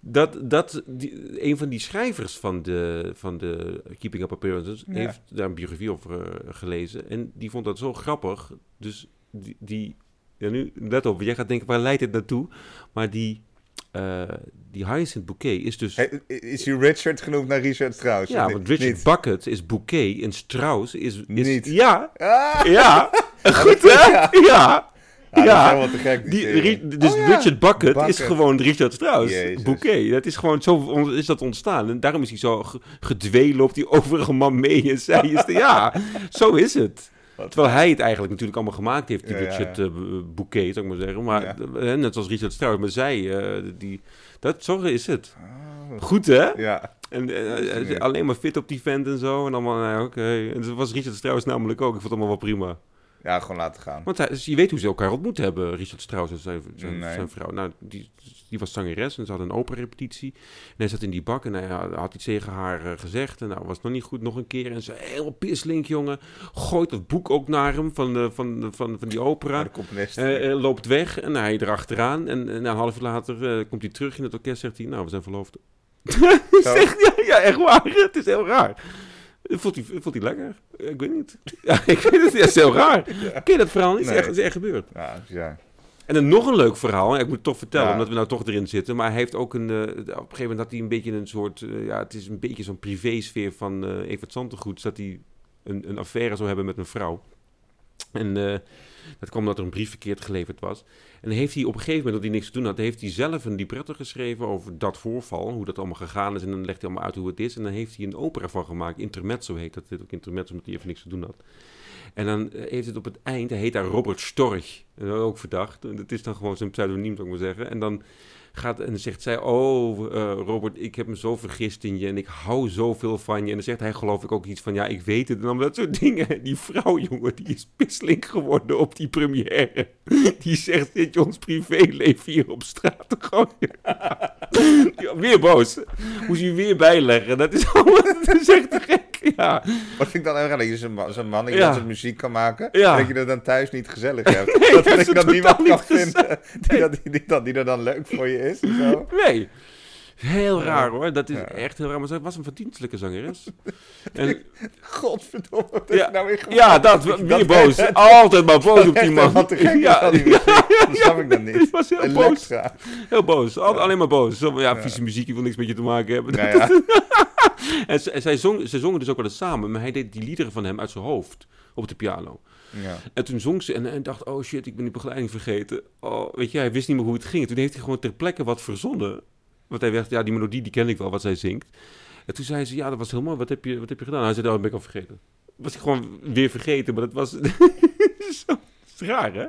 B: dat, dat die, een van die schrijvers van de, van de Keeping Up Appearances
A: Ja.
B: heeft daar een biografie over eh, gelezen. En die vond dat zo grappig. Dus die, die ja, nu, let op, jij gaat denken, waar leidt dit naartoe? Maar die, eh die Hyacinth Bouquet is dus...
A: Hey, is hij Richard genoemd naar Richard Strauss?
B: ja,
A: Of
B: want
A: niet?
B: Richard
A: Niet.
B: Bucket is Bouquet en Strauss is... is
A: Niet.
B: Ja,
A: Ah!
B: ja. Goed, hè? Ja.
A: Ja, Ah, dat is
B: Ja.
A: helemaal te gek. die
B: Die,
A: serie.
B: Ri- dus
A: Oh ja,
B: Richard Bucket, is
A: Bucket.
B: gewoon Richard Strauss.
A: Jezus.
B: Bouquet. Dat is gewoon zo on- is dat ontstaan. En daarom is hij zo ge- gedwee, loopt die overige man mee. En zij is de, ja, zo is het.
A: Wat-
B: Terwijl hij het eigenlijk natuurlijk allemaal gemaakt heeft, die
A: Ja, ja,
B: Richard
A: ja.
B: eh, b- Bouquet, zou ik maar zeggen. Maar
A: Ja.
B: eh, net als Richard Strauss, maar zij, eh, die, dat, zo is het.
A: Ah.
B: Goed hè?
A: Ja.
B: En eh,
A: is
B: eh,
A: leuk.
B: alleen maar fit op die vent en zo. En allemaal, nou, oké. En dat was Richard Strauss namelijk ook. Ik vond het allemaal wel prima.
A: ja, gewoon laten gaan.
B: Want hij, dus je weet hoe ze elkaar ontmoet hebben, Richard Strauss en zijn, zijn,
A: Nee.
B: zijn vrouw. Nou, die, die was zangeres en ze hadden een opera-repetitie. En hij zat in die bak en hij had, had iets tegen haar eh, gezegd. En nou, was nog niet goed, nog een keer. En ze, heel pisslink, jongen. Gooit dat boek ook naar hem van, eh, van, van, van die opera.
A: Maar de componist.
B: Eh, eh, loopt weg en hij erachteraan. En, en een half uur later eh, komt hij terug in het orkest. Zegt hij: Nou, we zijn verloofd.
A: Zo.
B: Zegt, ja, ja, echt waar. Het is heel raar. Voelt hij, voelt hij lekker? Ik weet niet. Ja, ik weet het. Ja, het is heel raar. Ken je dat verhaal? niet? Het is,
A: Nee.
B: echt, het is echt gebeurd.
A: Ja, ja.
B: En dan nog een leuk verhaal. Ik moet het toch vertellen,
A: Ja.
B: omdat we nou toch erin zitten. Maar hij heeft ook een... eh, op een gegeven moment had hij een beetje een soort... eh, ja, het is een beetje zo'n privésfeer van eh Evert Zantegoed. Dat hij een, een affaire zou hebben met een vrouw. En eh, dat kwam omdat er een brief verkeerd geleverd was. En heeft hij op een gegeven moment, dat hij niks te doen had... heeft hij zelf een libretto geschreven over dat voorval. Hoe dat allemaal gegaan is. En dan legt hij allemaal uit hoe het is. En dan heeft hij een opera van gemaakt. Intermezzo heet dat. Dit ook Intermezzo, omdat hij even niks te doen had. En dan eh, heeft het op het eind, hij heet daar Robert Storch, En dat is ook verdacht. En Dat is dan gewoon zijn pseudoniem, zou ik maar zeggen. En dan gaat en dan zegt zij, oh eh, Robert, ik heb me zo vergist in je en ik hou zoveel van je. En dan zegt hij geloof ik ook iets van, ja, ik weet het en allemaal dat soort dingen. En die vrouw, jongen, die is pisslink geworden op die première. Die zegt, zit je ons privéleven hier op straat te gooien? Ja, weer boos. Moest je weer bijleggen. Dat is allemaal, dat is echt te gek, ja.
A: Wat vind ik dan heel raar, dat je zo'n man, zo'n man dat je
B: Ja.
A: dat soort muziek kan maken,
B: Ja.
A: en dat je dat dan thuis niet gezellig hebt. dat
B: dat
A: dat
B: is
A: ik dan
B: totaal
A: niemand
B: niet
A: kan vinden die, dat, die, die, dat- die er dan leuk voor je is. of Zo.
B: Nee. Heel raar hoor. Dat is
A: Ja.
B: echt heel raar. Maar zij was een verdienstelijke zangeres. En,
A: Godverdomme, wat is
B: Ja.
A: er nou weer gemaakt?
B: ja, dat. Weer
A: dat-
B: boos. Altijd maar boos op die man.
A: Wat te gek is
B: ja,
A: al die muziek. Dat snap ik dan
B: die
A: niet.
B: was heel boos.
A: Elektra.
B: Heel boos. Altijd alleen maar boos. Zo, ja, vieze muziek. Ik wil niks met je te maken hebben.
A: Nou ja,
B: En, z- en zij zong, zij zongen dus ook wel eens samen. Maar hij deed die liederen van hem uit zijn hoofd. Op de piano.
A: ja.
B: En toen zong ze en, en dacht, oh shit, ik ben die begeleiding vergeten. Oh, weet je, hij wist niet meer hoe het ging. Toen heeft hij gewoon ter plekke wat verzonnen. Want hij dacht, ja, die melodie, die ken ik wel, wat zij zingt. En toen zei ze, ja, nou, dat was heel mooi. Wat heb je, wat heb je gedaan? Hij zei, oh, dat ben ik al vergeten. was ik gewoon weer vergeten, maar dat was zo dat is raar, hè?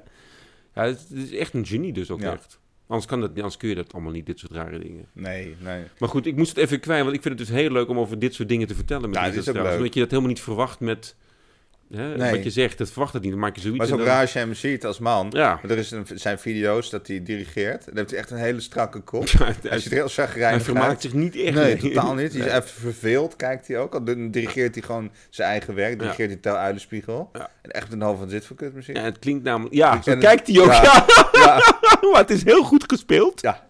B: Ja, het is- het is echt een genie dus ook
A: Ja.
B: echt. Anders, kan dat, niet, anders kun je dat allemaal niet, dit soort rare dingen.
A: Nee, nee.
B: Maar goed, ik moest het even kwijt, want ik vind het dus heel leuk om over dit soort dingen te vertellen. Met
A: Ja,
B: die
A: dit is ook
B: restaurants,
A: leuk.
B: Omdat je dat helemaal niet verwacht met hè,
A: Nee.
B: wat je zegt. Dat verwacht het niet, dan maak je
A: Maar
B: zoiets.
A: het is ook
B: en dan-
A: raar als je hem ziet als man.
B: Ja,
A: Want er is een, zijn video's dat hij dirigeert. Dan heeft hij echt een hele strakke kop.
B: Ja,
A: Hij
B: hij,
A: ziet er heel
B: hij
A: zagrijnig
B: vermaakt zich niet echt.
A: Nee, totaal niet. Hij is even verveeld, kijkt hij ook. Al dan dirigeert hij gewoon zijn eigen werk. Dirigeert hij tel uit de spiegel.
B: Ja.
A: En echt een halve zit voor kut muziek.
B: Ja, het klinkt namelijk... Ja,
A: Ik
B: zo
A: ken
B: kijkt hij ook.
A: Ja.
B: Ja. maar het is heel goed gespeeld.
A: Ja.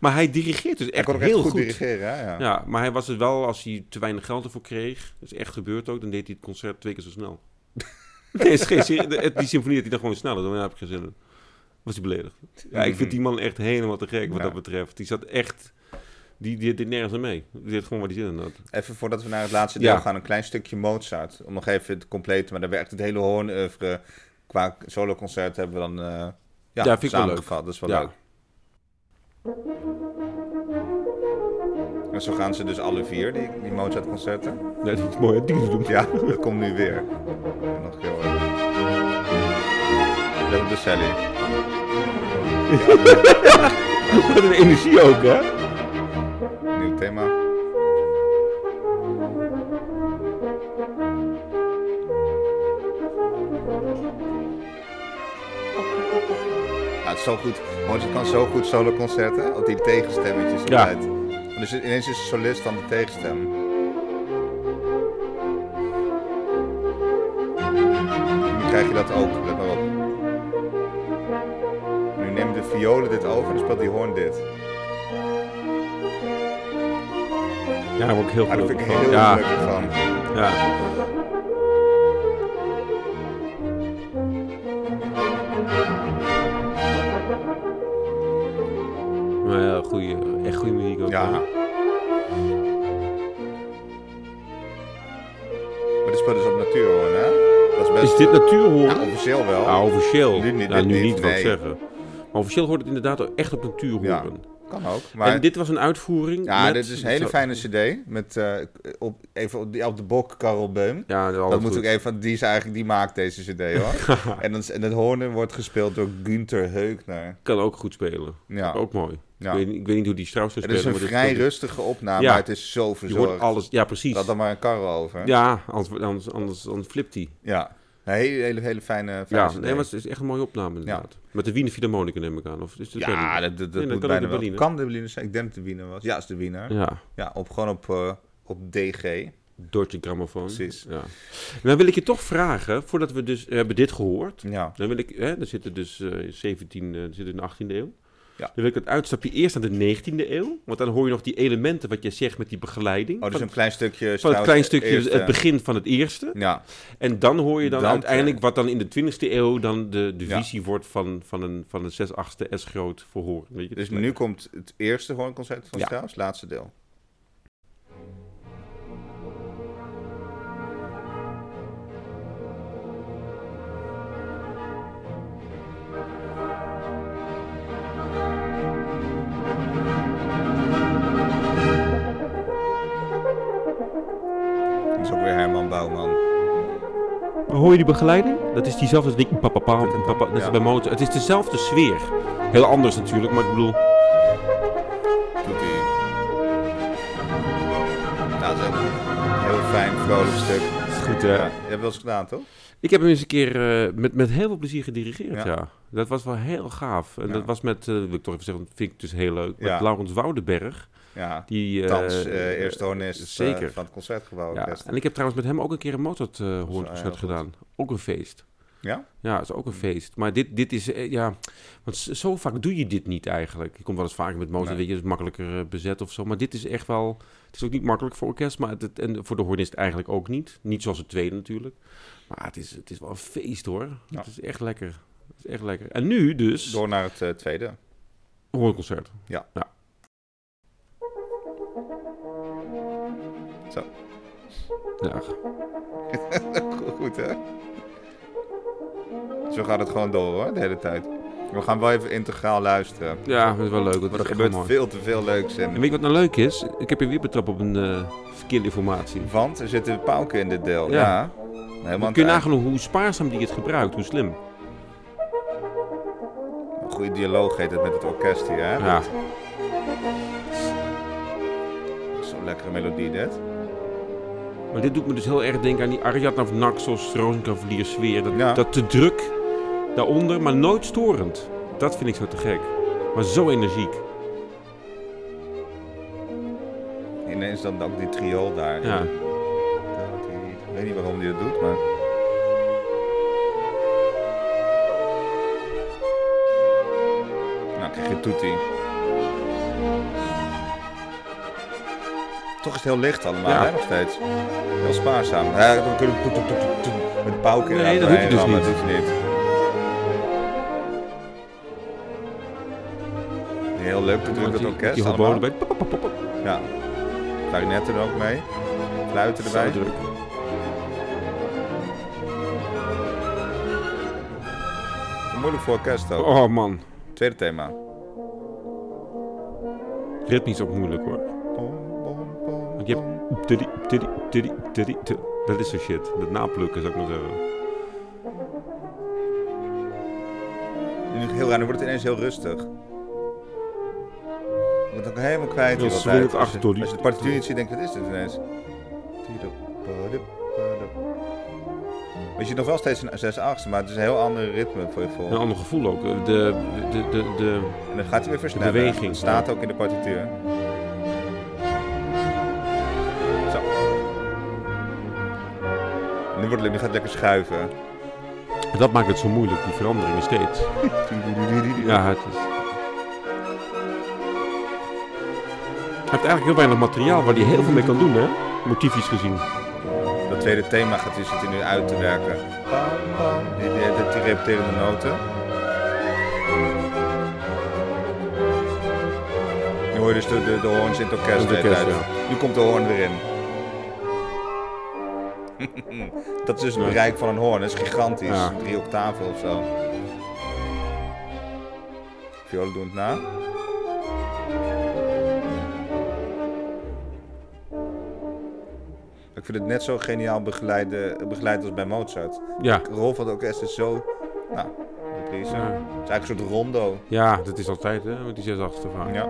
B: Maar hij dirigeert dus
A: Hij
B: echt
A: kon ook
B: heel
A: echt goed,
B: goed.
A: dirigeren. hè, Ja.
B: Ja, maar hij was het wel als hij te weinig geld ervoor kreeg. Dat is echt gebeurd ook. Dan deed hij het concert twee keer zo snel. nee, het is geen serie- de- het- die symfonie deed hij dan gewoon sneller. Dan heb ik geen zin in. Was hij beledigd. Ja,
A: Mhm.
B: ik vind die man echt helemaal te gek wat
A: Ja.
B: dat betreft. Die zat echt... Die, die deed nergens aan mee. Die deed gewoon wat hij zin in had.
A: Even voordat we naar het laatste deel
B: Ja.
A: gaan, een klein stukje Mozart. Om nog even te completen, maar daar werd het hele hoornoeuvre qua soloconcert hebben we dan eh, ja,
B: Ja, vind ik wel
A: samengevat. Dat is wel
B: Ja.
A: leuk. En zo gaan ze dus alle vier, die, die Mozart-concerten.
B: Nee, dat is mooi. hè? Die doen.
A: Ja, dat komt nu weer. Nog heel erg. We hebben de Sally.
B: Wat een energie ook, hè?
A: Nieuw thema. Ja, Nou, het is zo goed. Mozart kan zo goed solo concerten. Op die tegenstemmetjes
B: Ja.
A: altijd. En Dus ineens is de solist dan de tegenstem. Nu krijg je dat ook. Let maar op. Nu neemt de violen dit over en speelt die hoorn dit. Ah,
B: Ja, daar word ik heel
A: Maar daar vind
B: gelukkig
A: ik heel
B: van. ja,
A: gelukkig van.
B: ja. Maar ja, goeie, echt goede muziek ook.
A: Ja.
B: hè?
A: Maar dit speelt dus op natuurhoorn, hè? Dat is best...
B: Is dit Nou. natuurhoorn?
A: Ja, officieel wel.
B: Ja, officieel.
A: Nu niet,
B: ja,
A: dit
B: nu
A: niet,
B: niet wat
A: nee.
B: zeggen. Maar officieel hoort het inderdaad ook echt op natuurhoorn.
A: Kan ook. Maar...
B: En dit was een uitvoering.
A: Ja,
B: met-
A: dit is een hele
B: zo-
A: fijne cd. Met, eh, op, even op, die, op de bok, Karel Beum.
B: Ja, dat,
A: Dat moet ik even, want die is eigenlijk, die maakt deze cd hoor. en, dan, is- en het hoorn wordt gespeeld door Günther Heukner.
B: Kan ook goed spelen.
A: Ja,
B: Ook mooi.
A: ja.
B: Ik, weet, niet- ik weet niet hoe die Strauss zou
A: Het
B: spelen.
A: is een
B: maar dit-
A: vrij
B: dit-
A: rustige opname,
B: Ja.
A: maar het is zo
B: Je
A: verzorgd.
B: hoort alles. Ja, precies.
A: Laat dan maar een karrel over.
B: Ja, anders, anders, anders, anders flipt hij.
A: Ja. Een hele, hele, hele fijne, fijne
B: Ja,
A: cd.
B: nee, maar het is echt een mooie opname inderdaad. Met de Wiener Philharmoniker neem ik aan. Of is het
A: Ja, dat, dat, dat
B: Nee, dan
A: moet
B: kan het
A: bijna
B: de
A: wel.
B: Berliner.
A: Kan de Berliner zijn? Ik denk dat het de Wiener was. Ja, het is de Wiener. Ja,
B: Ja,
A: op, gewoon op, eh, op DG.
B: Deutsche Grammophon.
A: Precies.
B: Ja. Dan wil ik je toch vragen, voordat we dus we hebben dit gehoord.
A: Ja. Oh,
B: Dan wil ik, hè, er zitten dus eh 17, eh, er zitten in de 18e eeuw.
A: Ja.
B: Dan wil ik het uitstapje eerst naar de 19e eeuw. Want dan hoor je nog die elementen wat je zegt met die begeleiding.
A: Oh, dus
B: van,
A: een klein stukje.
B: van het klein stukje,
A: eerst,
B: het
A: eh,
B: begin van het eerste.
A: Ja,
B: En dan hoor je dan,
A: Dan,
B: uiteindelijk
A: eh,
B: wat dan in de 20e eeuw dan de, de
A: Ja.
B: visie wordt van, van een, van een 6-8e S groot verhoor. Weet je?
A: dus nu komt het eerste hoornconcert van
B: Ja.
A: Strauss, laatste deel. Dat is ook weer Herman Bouwman.
B: Hoor je die begeleiding? Dat is diezelfde als ik papa papa papa. Dat is
A: Ja.
B: bij motor. Het is dezelfde sfeer. Heel anders natuurlijk, maar ik bedoel.
A: doet hij. Nou, dat is ook een heel fijn, vrolijk stuk.
B: Het is goed,
A: Ja.
B: hè?
A: Je hebt wel eens gedaan, toch?
B: Ik heb hem eens een keer eh, met, met heel veel plezier gedirigeerd.
A: Ja.
B: Ja. Dat was wel heel gaaf. En
A: Ja.
B: dat was met, eh wil ik toch even zeggen, dat vind ik dus heel leuk. Met
A: Ja.
B: Laurens Woudenberg.
A: Ja.
B: Die, eh,
A: Thans, eh eerste hornist eh,
B: zeker.
A: van het Concertgebouw.
B: ja.
A: Orkest.
B: En ik heb trouwens met hem ook een keer een Mozart eh
A: heel
B: hoornconcert
A: goed.
B: gedaan. Ook een feest.
A: Ja?
B: Ja, het is ook een feest. Maar dit, dit is, eh, ja... Want z- zo vaak doe je dit niet eigenlijk. Je komt wel eens vaker met Mozart,
A: Nee.
B: weet je, het is makkelijker eh, bezet of zo. Maar dit is echt wel... Het is ook niet makkelijk voor orkest, maar het, het- en voor de hornist eigenlijk ook niet. Niet zoals het tweede natuurlijk. Maar het is, het is wel een feest hoor.
A: Ja.
B: Het is echt lekker. Het is echt lekker. En nu dus...
A: Door naar het eh, tweede.
B: Hoorconcert. Ja.
A: Goed, hè? Zo gaat het gewoon door, hoor, de hele tijd. We gaan wel even integraal luisteren.
B: ja, dat is wel leuk.
A: Maar
B: Dat is
A: er
B: echt
A: gebeurt
B: wel mooi.
A: veel te veel leuks
B: En
A: in.
B: weet je wat nou leuk is? Ik heb je weer betrapt op een eh verkeerde informatie.
A: Want er zitten pauken in dit deel. Ja.
B: Ja.
A: Nee,
B: Dan
A: want
B: kun je
A: eh,
B: nagenoeg hoe spaarzaam die het gebruikt, hoe slim.
A: een goede dialoog heet het met het orkest hier, hè?
B: Ja,
A: Zo'n lekkere melodie, dit.
B: maar dit doet me dus heel erg denken aan die Ariadne of Naxos, Rozenkavalier sfeer. Dat,
A: Ja.
B: dat te druk daaronder, maar nooit storend. Dat vind ik zo te gek. Maar zo energiek.
A: Ineens dan ook die triool daar.
B: Ja.
A: Ik weet niet waarom die dat doet, maar... Nou, krijg je toetie. Toch is het heel licht allemaal,
B: Ja.
A: hè, nog steeds. Heel spaarzaam. Ja, dan kunnen we toet, toet, toet, toet, toet, met de pauken
B: Nee,
A: eraan
B: dat doet hij
A: doorheen rammen.
B: dus niet.
A: Dat doet hij niet. Heel leuk natuurlijk, dat
B: die,
A: orkest
B: die
A: allemaal.
B: hobonen bij. Pop, pop, pop, pop.
A: Ja. Klarinetten er ook mee. Fluiten
B: Zo
A: erbij.
B: druk.
A: Moeilijk voor orkest ook.
B: Oh man,
A: Tweede thema.
B: ritmisch ook moeilijk hoor. Want je hebt. Tiddy, tiddy, tiddy, tiddy, tiddy. Dat is zo shit. Dat naplukken zou ik maar zeggen.
A: Nu heel raar, nu wordt het ineens heel rustig. Je wordt ook helemaal kwijt.
B: Heel
A: hier wat
B: zwingend
A: tijd. Als je-
B: achter door die-
A: Als je de partituur niet ziet, denk je, wat is dit ineens? Weet je nog wel steeds een 6 8 maar het is een heel ander ritme voor je vol.
B: Een ander gevoel ook. Eh, De, de, de, de,
A: En dan gaat hij weer versnellen.
B: beweging,
A: Het staat ook in de partituur. Zo. Nu, wordt het, nu gaat het lekker schuiven.
B: dat maakt het zo moeilijk, die veranderingen steeds. Ja, het is. Hij heeft eigenlijk heel weinig materiaal waar hij heel veel mee kan doen, hè? Motiefjes gezien.
A: Dat tweede thema gaat hij zit hij nu uit te werken. Die, die, die, die repeterende noten. Nu hoor je dus de, de, de hoorns in het orkest.
B: Het
A: de hele
B: orkest,
A: tijd. Nu komt de hoorn weer in. dat is dus het
B: Ja.
A: bereik van een hoorn. Dat is gigantisch.
B: Ja.
A: Drie octaven of zo. Violen doen het na. Ik vind het net zo geniaal begeleide, begeleid als bij Mozart.
B: Ja.
A: De rol van het orkest is zo... Nou, reprise.
B: Ja.
A: Het is eigenlijk een soort rondo.
B: Ja, dat is altijd, hè? Met die zes achtste vaak.
A: Ja.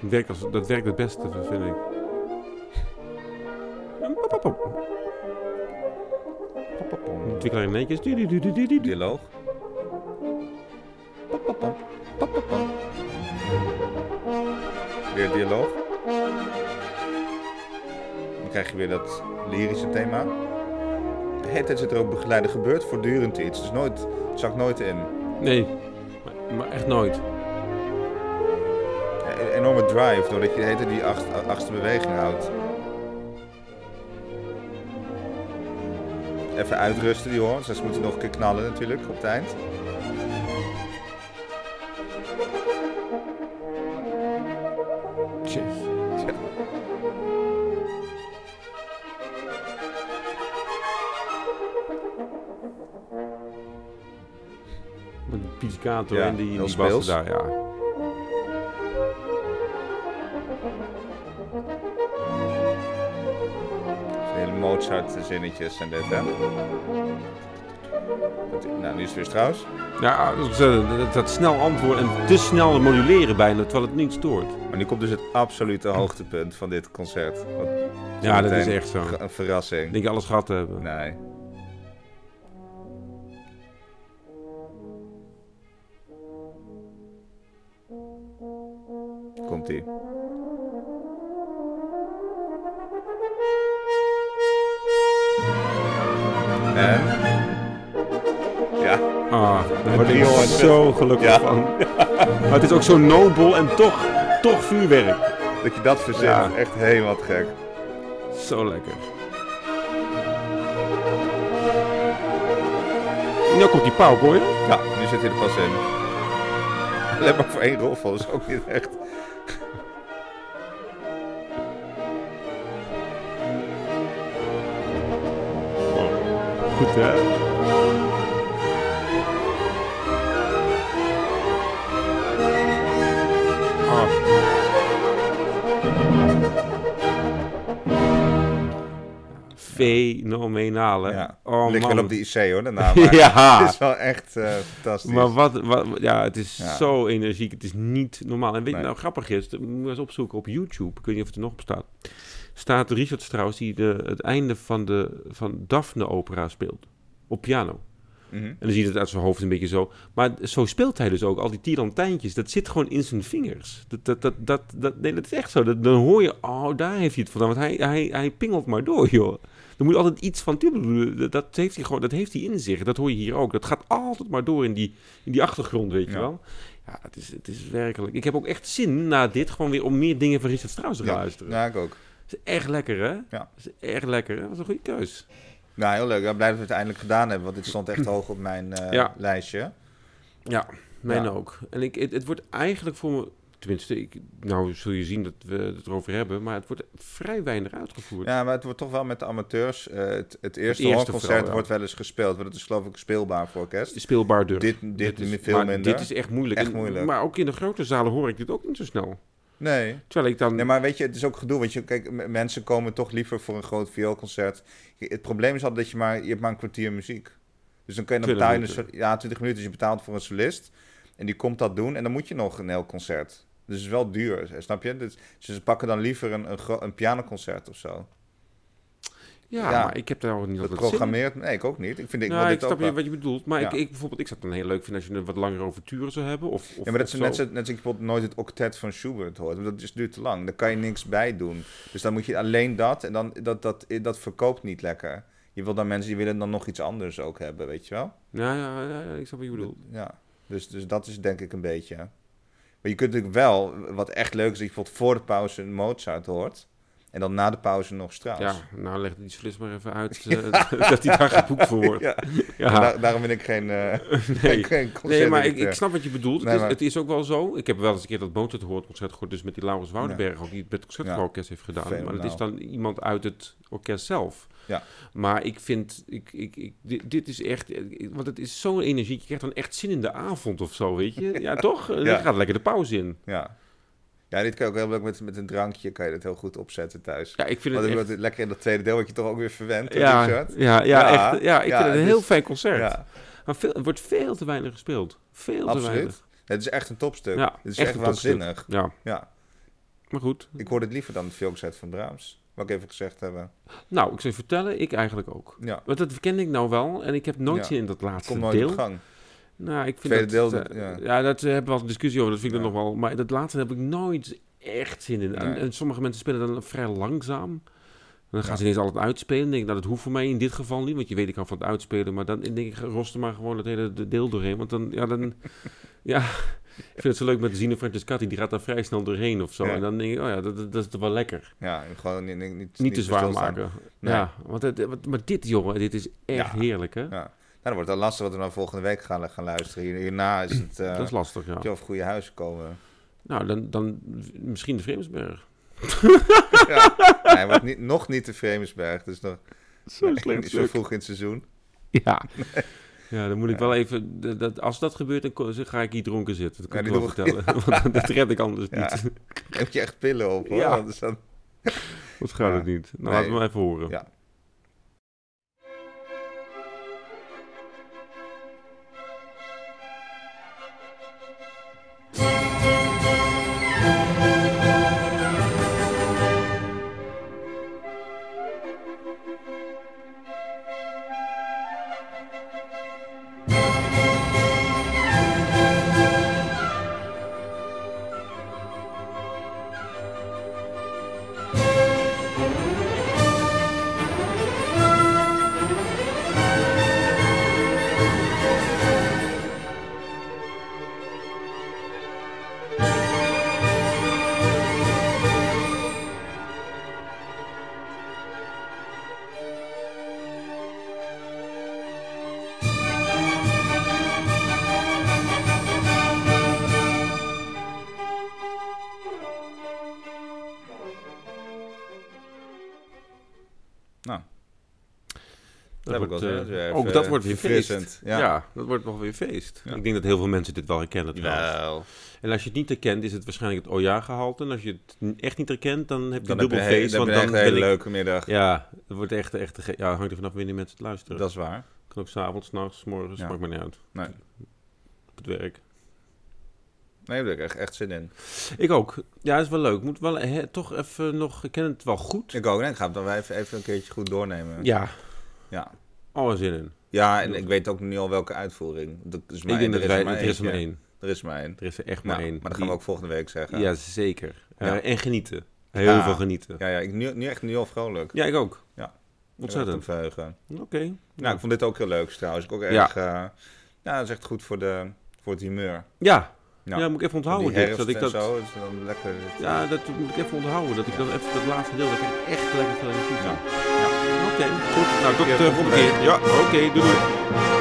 B: Dat werkt, als, dat werkt het beste, vind ik. Pop, pop, pop. Twee klarinetjes. Du- du- du- du- du- du- du.
A: Dialoog. Pop, pop, pop. Pop, pop, pop. Weer dialoog. Dan krijg je weer dat lyrische thema. De hele tijd zit er ook begeleiden. gebeurt voortdurend iets. Dus nooit, het zakt nooit in.
B: Nee, maar, maar echt nooit.
A: Een E-, enorme drive, doordat je de hele tijd die acht, achtste beweging houdt. Even uitrusten die hoor, ze moeten nog een keer knallen natuurlijk op het eind.
B: Tje.
A: Tja.
B: Met die pizzicato
A: Ja,
B: en die,
A: heel
B: die
A: speels.
B: bassen daar, ja.
A: Hele Mozart zinnetjes en dit hè. Dat- Nou, nu is het weer Strauss.
B: Ja, dat, dat, dat snel antwoorden en te snel moduleren bijna, terwijl het niet stoort.
A: Maar nu komt dus het absolute hoogtepunt van dit concert. Wat
B: Ja, dat is
A: zometeen
B: echt zo.
A: ge-
B: Ik
A: Een verrassing.
B: denk alles gehad te hebben.
A: Nee. Komt ie. En? Ja,
B: Ah, daar word ik
A: trio en
B: zo gelukkig
A: Ja.
B: van. Maar het is ook zo nobel en toch, toch vuurwerk.
A: dat je dat verzint
B: Ja.
A: is echt helemaal te gek.
B: Zo lekker. Nu Nou komt die pauw, hoor je?
A: Ja, nu zit hij er pas in. Let maar voor één roffel, is ook niet echt.
B: Goed, hè? Ah, Fenomenale.
A: Ja.
B: Oh,
A: Ligt wel
B: man.
A: op de IC hoor, de naam. Maar
B: Ja.
A: Het is wel echt eh, fantastisch.
B: Maar wat, wat, ja, het is
A: Ja.
B: zo energiek. Het is niet normaal. En weet je
A: Nee.
B: nou grappig is? Dat Moet je eens opzoeken op YouTube. Ik weet niet of het er nog op staat. Staat Richard Strauss die de, het einde van de van Daphne opera speelt. Op piano.
A: Mhm.
B: En dan ziet het uit zijn hoofd een beetje zo. Maar zo speelt hij dus ook. Al die tirantijntjes. Dat zit gewoon in zijn vingers. Dat, dat, dat, dat, dat, nee, dat is echt zo. Dat, dan hoor je, oh, daar heeft hij het vandaan. Want hij, hij, hij pingelt maar door, joh. Er moet altijd iets van... Dat, dat heeft hij gewoon dat heeft hij in zich. Dat hoor je hier ook. Dat gaat altijd maar door in die, in die achtergrond, weet je
A: Ja.
B: wel. Ja, het is, het is werkelijk... Ik heb ook echt zin na dit gewoon weer om meer dingen van Richard Strauss te gaan
A: ja.
B: luisteren.
A: ja, ik ook.
B: Dat is echt lekker, hè?
A: Ja.
B: Dat is echt lekker. hè? Dat was een goede keus.
A: Nou, heel leuk. Ik ben blij dat we het eindelijk gedaan hebben, want dit stond echt hoog op mijn eh,
B: Ja.
A: lijstje.
B: Ja, mijn
A: Ja.
B: ook. En ik, het, het wordt eigenlijk voor me... Tenminste, ik, nou zul je zien dat we het erover hebben... maar het wordt vrij weinig uitgevoerd.
A: Ja, maar het wordt toch wel met de amateurs. eh, het, het eerste,
B: eerste
A: hoorconcert
B: vooral, ja.
A: wordt wel eens gespeeld, maar dat is geloof ik speelbaar voor orkest.
B: Speelbaar durf.
A: Dit, dit,
B: is,
A: veel
B: maar
A: minder.
B: dit is echt moeilijk.
A: Echt
B: En-
A: moeilijk.
B: Maar ook in de grote zalen hoor ik dit ook niet zo snel.
A: Nee.
B: Terwijl ik dan...
A: Nee, maar weet je, het is ook gedoe. Want je, kijk, m- mensen komen toch liever voor een groot vioolconcert. Je- Het probleem is altijd dat je maar, je hebt maar een kwartier muziek. Dus dan kun je dan
B: 20
A: betaal je een
B: minuten.
A: sol- ja, 20 minuten. Dus je betaalt voor een solist. En die komt dat doen. En dan moet je nog een heel concert. Dus het is wel duur, eh, snap je? Dus, dus ze pakken dan liever een, een, gro- een pianoconcert of zo.
B: ja,
A: ja.
B: maar ik heb daar ook niet
A: Dat
B: altijd zin in.
A: programmeert... Nee, ik ook niet. Ik vind ik wil
B: Nou,
A: dit
B: ik snap
A: ook wel-
B: je wat je bedoelt. Maar ik,
A: Ja.
B: ik, bijvoorbeeld, ik zou het dan heel leuk vinden als je een wat langere overture zou hebben. Of, of,
A: Ja, maar dat
B: of
A: is net,
B: zo.
A: zo, net als ik bijvoorbeeld nooit het octet van Schubert hoort. want Dat is duurt te lang. Daar kan je niks bij doen. Dus dan moet je alleen dat. En dan, dat, dat, dat verkoopt niet lekker. Je wil dan mensen die willen dan nog iets anders ook hebben, weet je wel?
B: Ja, ja, ja, ja, ik snap wat je bedoelt.
A: Ja. Dus, dus dat is denk ik een beetje. Maar je kunt natuurlijk wel, wat echt leuk is, dat je bijvoorbeeld voor de pauze een Mozart hoort. En dan na de pauze nog Strauss.
B: Ja, nou leg die slus maar even uit eh, dat hij daar geboekt voor wordt.
A: Ja.
B: Ja.
A: Daar- daarom ben ik geen, eh
B: Nee.
A: geen
B: Nee, maar ik, ik
A: concertdirecteur.
B: snap wat je bedoelt.
A: Nee,
B: het, is,
A: maar-
B: het is ook wel zo. Ik heb wel eens een keer dat Mozart hoort concert gehoord, dus met die Laurens Woudenberg ook, die het met het Concertgebouworkest heeft gedaan. Maar dat
A: Fenomenaal.
B: is dan iemand uit het orkest zelf.
A: Ja.
B: Maar ik vind, ik, ik, ik, dit, dit is echt, eh, want het is zo'n energie. Je krijgt dan echt zin in de avond of zo, weet je? Ja, toch? Dan
A: Ja.
B: gaat lekker de pauze in.
A: Ja. ja, dit kan je ook heel leuk met, met een drankje, kan je dat heel goed opzetten thuis.
B: Ja, ik vind
A: Want
B: het
A: dan
B: echt...
A: wordt het lekker in dat tweede deel, wat je toch ook weer verwend.
B: Ja, ja, ja,
A: Ja,
B: echt, ja,
A: ja,
B: ik vind het een
A: het
B: heel
A: is-
B: fijn concert.
A: ja,
B: Maar veel, het wordt veel te weinig gespeeld. Veel te
A: Absoluut.
B: weinig.
A: het is echt een topstuk.
B: Ja,
A: het is
B: echt
A: echt,
B: een topstuk.
A: waanzinnig.
B: Ja,
A: Ja,
B: maar goed.
A: ik hoor het liever dan het filmset van Brahms. Wat ik even gezegd hebben.
B: Nou, ik zou je vertellen, ik eigenlijk ook.
A: Ja,
B: Want dat kende ik nou wel. En ik heb nooit
A: Ja.
B: zin in dat laatste
A: komt nooit
B: deel.
A: op gang.
B: Nou, ik vind
A: Tweede
B: dat,
A: deel,
B: eh,
A: ja.
B: ja. dat eh, hebben we al een discussie over. Dat vind ik
A: Ja.
B: dan nog wel. Maar dat laatste heb ik nooit echt zin in. En,
A: Nee.
B: en sommige mensen spelen dan vrij langzaam. En dan gaan
A: Ja.
B: ze ineens al het uitspelen. Dan denk ik, nou, dat hoeft voor mij in dit geval niet. Want je weet, ik kan van het uitspelen. Maar dan denk ik, rost er maar gewoon het hele de- deel doorheen. Want dan, ja, dan... ja, ik vind het zo leuk met Zine Francescatti. Die gaat daar vrij snel doorheen of zo.
A: Ja.
B: En dan denk ik, oh ja, dat, dat, dat is toch wel lekker.
A: Ja, en gewoon niet, niet, niet,
B: Niet te zwaar
A: stilstaan.
B: maken.
A: Nee.
B: Ja, want het, want- maar dit, jongen, dit is echt
A: Ja.
B: heerlijk, hè?
A: Ja. Nou, dan wordt het al lastig wat we dan volgende week gaan, gaan luisteren. Hier- Hierna is het... eh
B: Dat is lastig, ja.
A: moet je over goede huizen komen.
B: Nou, dan, dan misschien de Vreemdsberg.
A: ja. Nee, hij wordt niet, nog niet de Vreemensberg. Dus nog
B: Zo
A: niet zo vroeg in het seizoen.
B: Ja. ja, dan moet ik wel even... dat- Dat, als dat gebeurt, dan ko- ga ik hier dronken zitten. Dat kan
A: Ja,
B: ik
A: die
B: wel vertellen. Want dat red ik anders
A: Ja.
B: niet.
A: Dan heb je echt pillen op, hoor.
B: Ja.
A: Anders dan
B: Dat gaat
A: Ja.
B: het niet. Nou,
A: Nee.
B: laten we maar even horen.
A: Ja. Dat heb ik wel
B: wordt,
A: eens,
B: eh,
A: ja, even
B: ook dat wordt weer
A: verfrissend,
B: feest.
A: ja.
B: Ja. dat wordt nog weer feest.
A: Ja.
B: Ik denk dat heel veel mensen dit wel herkennen trouwens.
A: Wel,
B: En als je het niet herkent, is het waarschijnlijk het OJA-gehalte. En als je het n- echt niet herkent, dan heb je
A: dan heb
B: dubbel
A: je,
B: feest.
A: feest, dan
B: want
A: heb je
B: dan
A: echt een hele
B: ben ik-
A: leuke middag.
B: Ja, het wordt echt, echt te ge- ja, het hangt er vanaf wanneer mensen het luisteren.
A: Dat is waar.
B: Kan ook s'avonds, s'nachts, morgens,
A: Ja.
B: maakt maar niet uit.
A: Nee.
B: Op het werk.
A: Nee, daar heb ik echt, echt zin in.
B: Ik ook. Ja, is wel leuk. Moet wel hè, toch even nog... Ik ken het wel goed.
A: Ik ook. Nee, ik ga het dan wel even, even een keertje goed doornemen.
B: Ja,
A: Ja.
B: alle zin in.
A: Ja, en ik weet ook nu al welke uitvoering. Dat is maar
B: ik denk
A: één,
B: dat
A: er
B: wij...
A: is maar
B: er is er maar
A: ja.
B: één.
A: Er is maar één.
B: Er is er echt maar
A: Nou,
B: één.
A: maar dat gaan
B: Die-
A: we ook volgende week zeggen.
B: Ja, zeker. Eh,
A: Ja.
B: en genieten. Heel
A: Ja.
B: veel genieten. Ja.
A: Ja, ja ik, nu, nu echt nu al vrolijk.
B: ik ook.
A: Ja.
B: Ontzettend.
A: Ik ben echt op verheugen.
B: Oké.
A: Nou, ik vond dit ook heel leuk trouwens. Ik ook
B: Ja.
A: erg... eh, ja, dat is echt goed voor, de, voor het humeur.
B: Ja.
A: Ja.
B: Ja, moet ik even
A: Voor
B: onthouden.
A: die
B: dit,
A: herfst
B: dat ik
A: en
B: dat,
A: zo. is dan lekker...
B: Ja, dat moet ik even onthouden. Dat ik dat even dat laatste deel, dat ik er echt lekker veel energie van.
A: Ja.
B: Oké, goed. Nou, tot
A: Ja,
B: de
A: tot
B: volgende keer. Ja, oké. doei doei.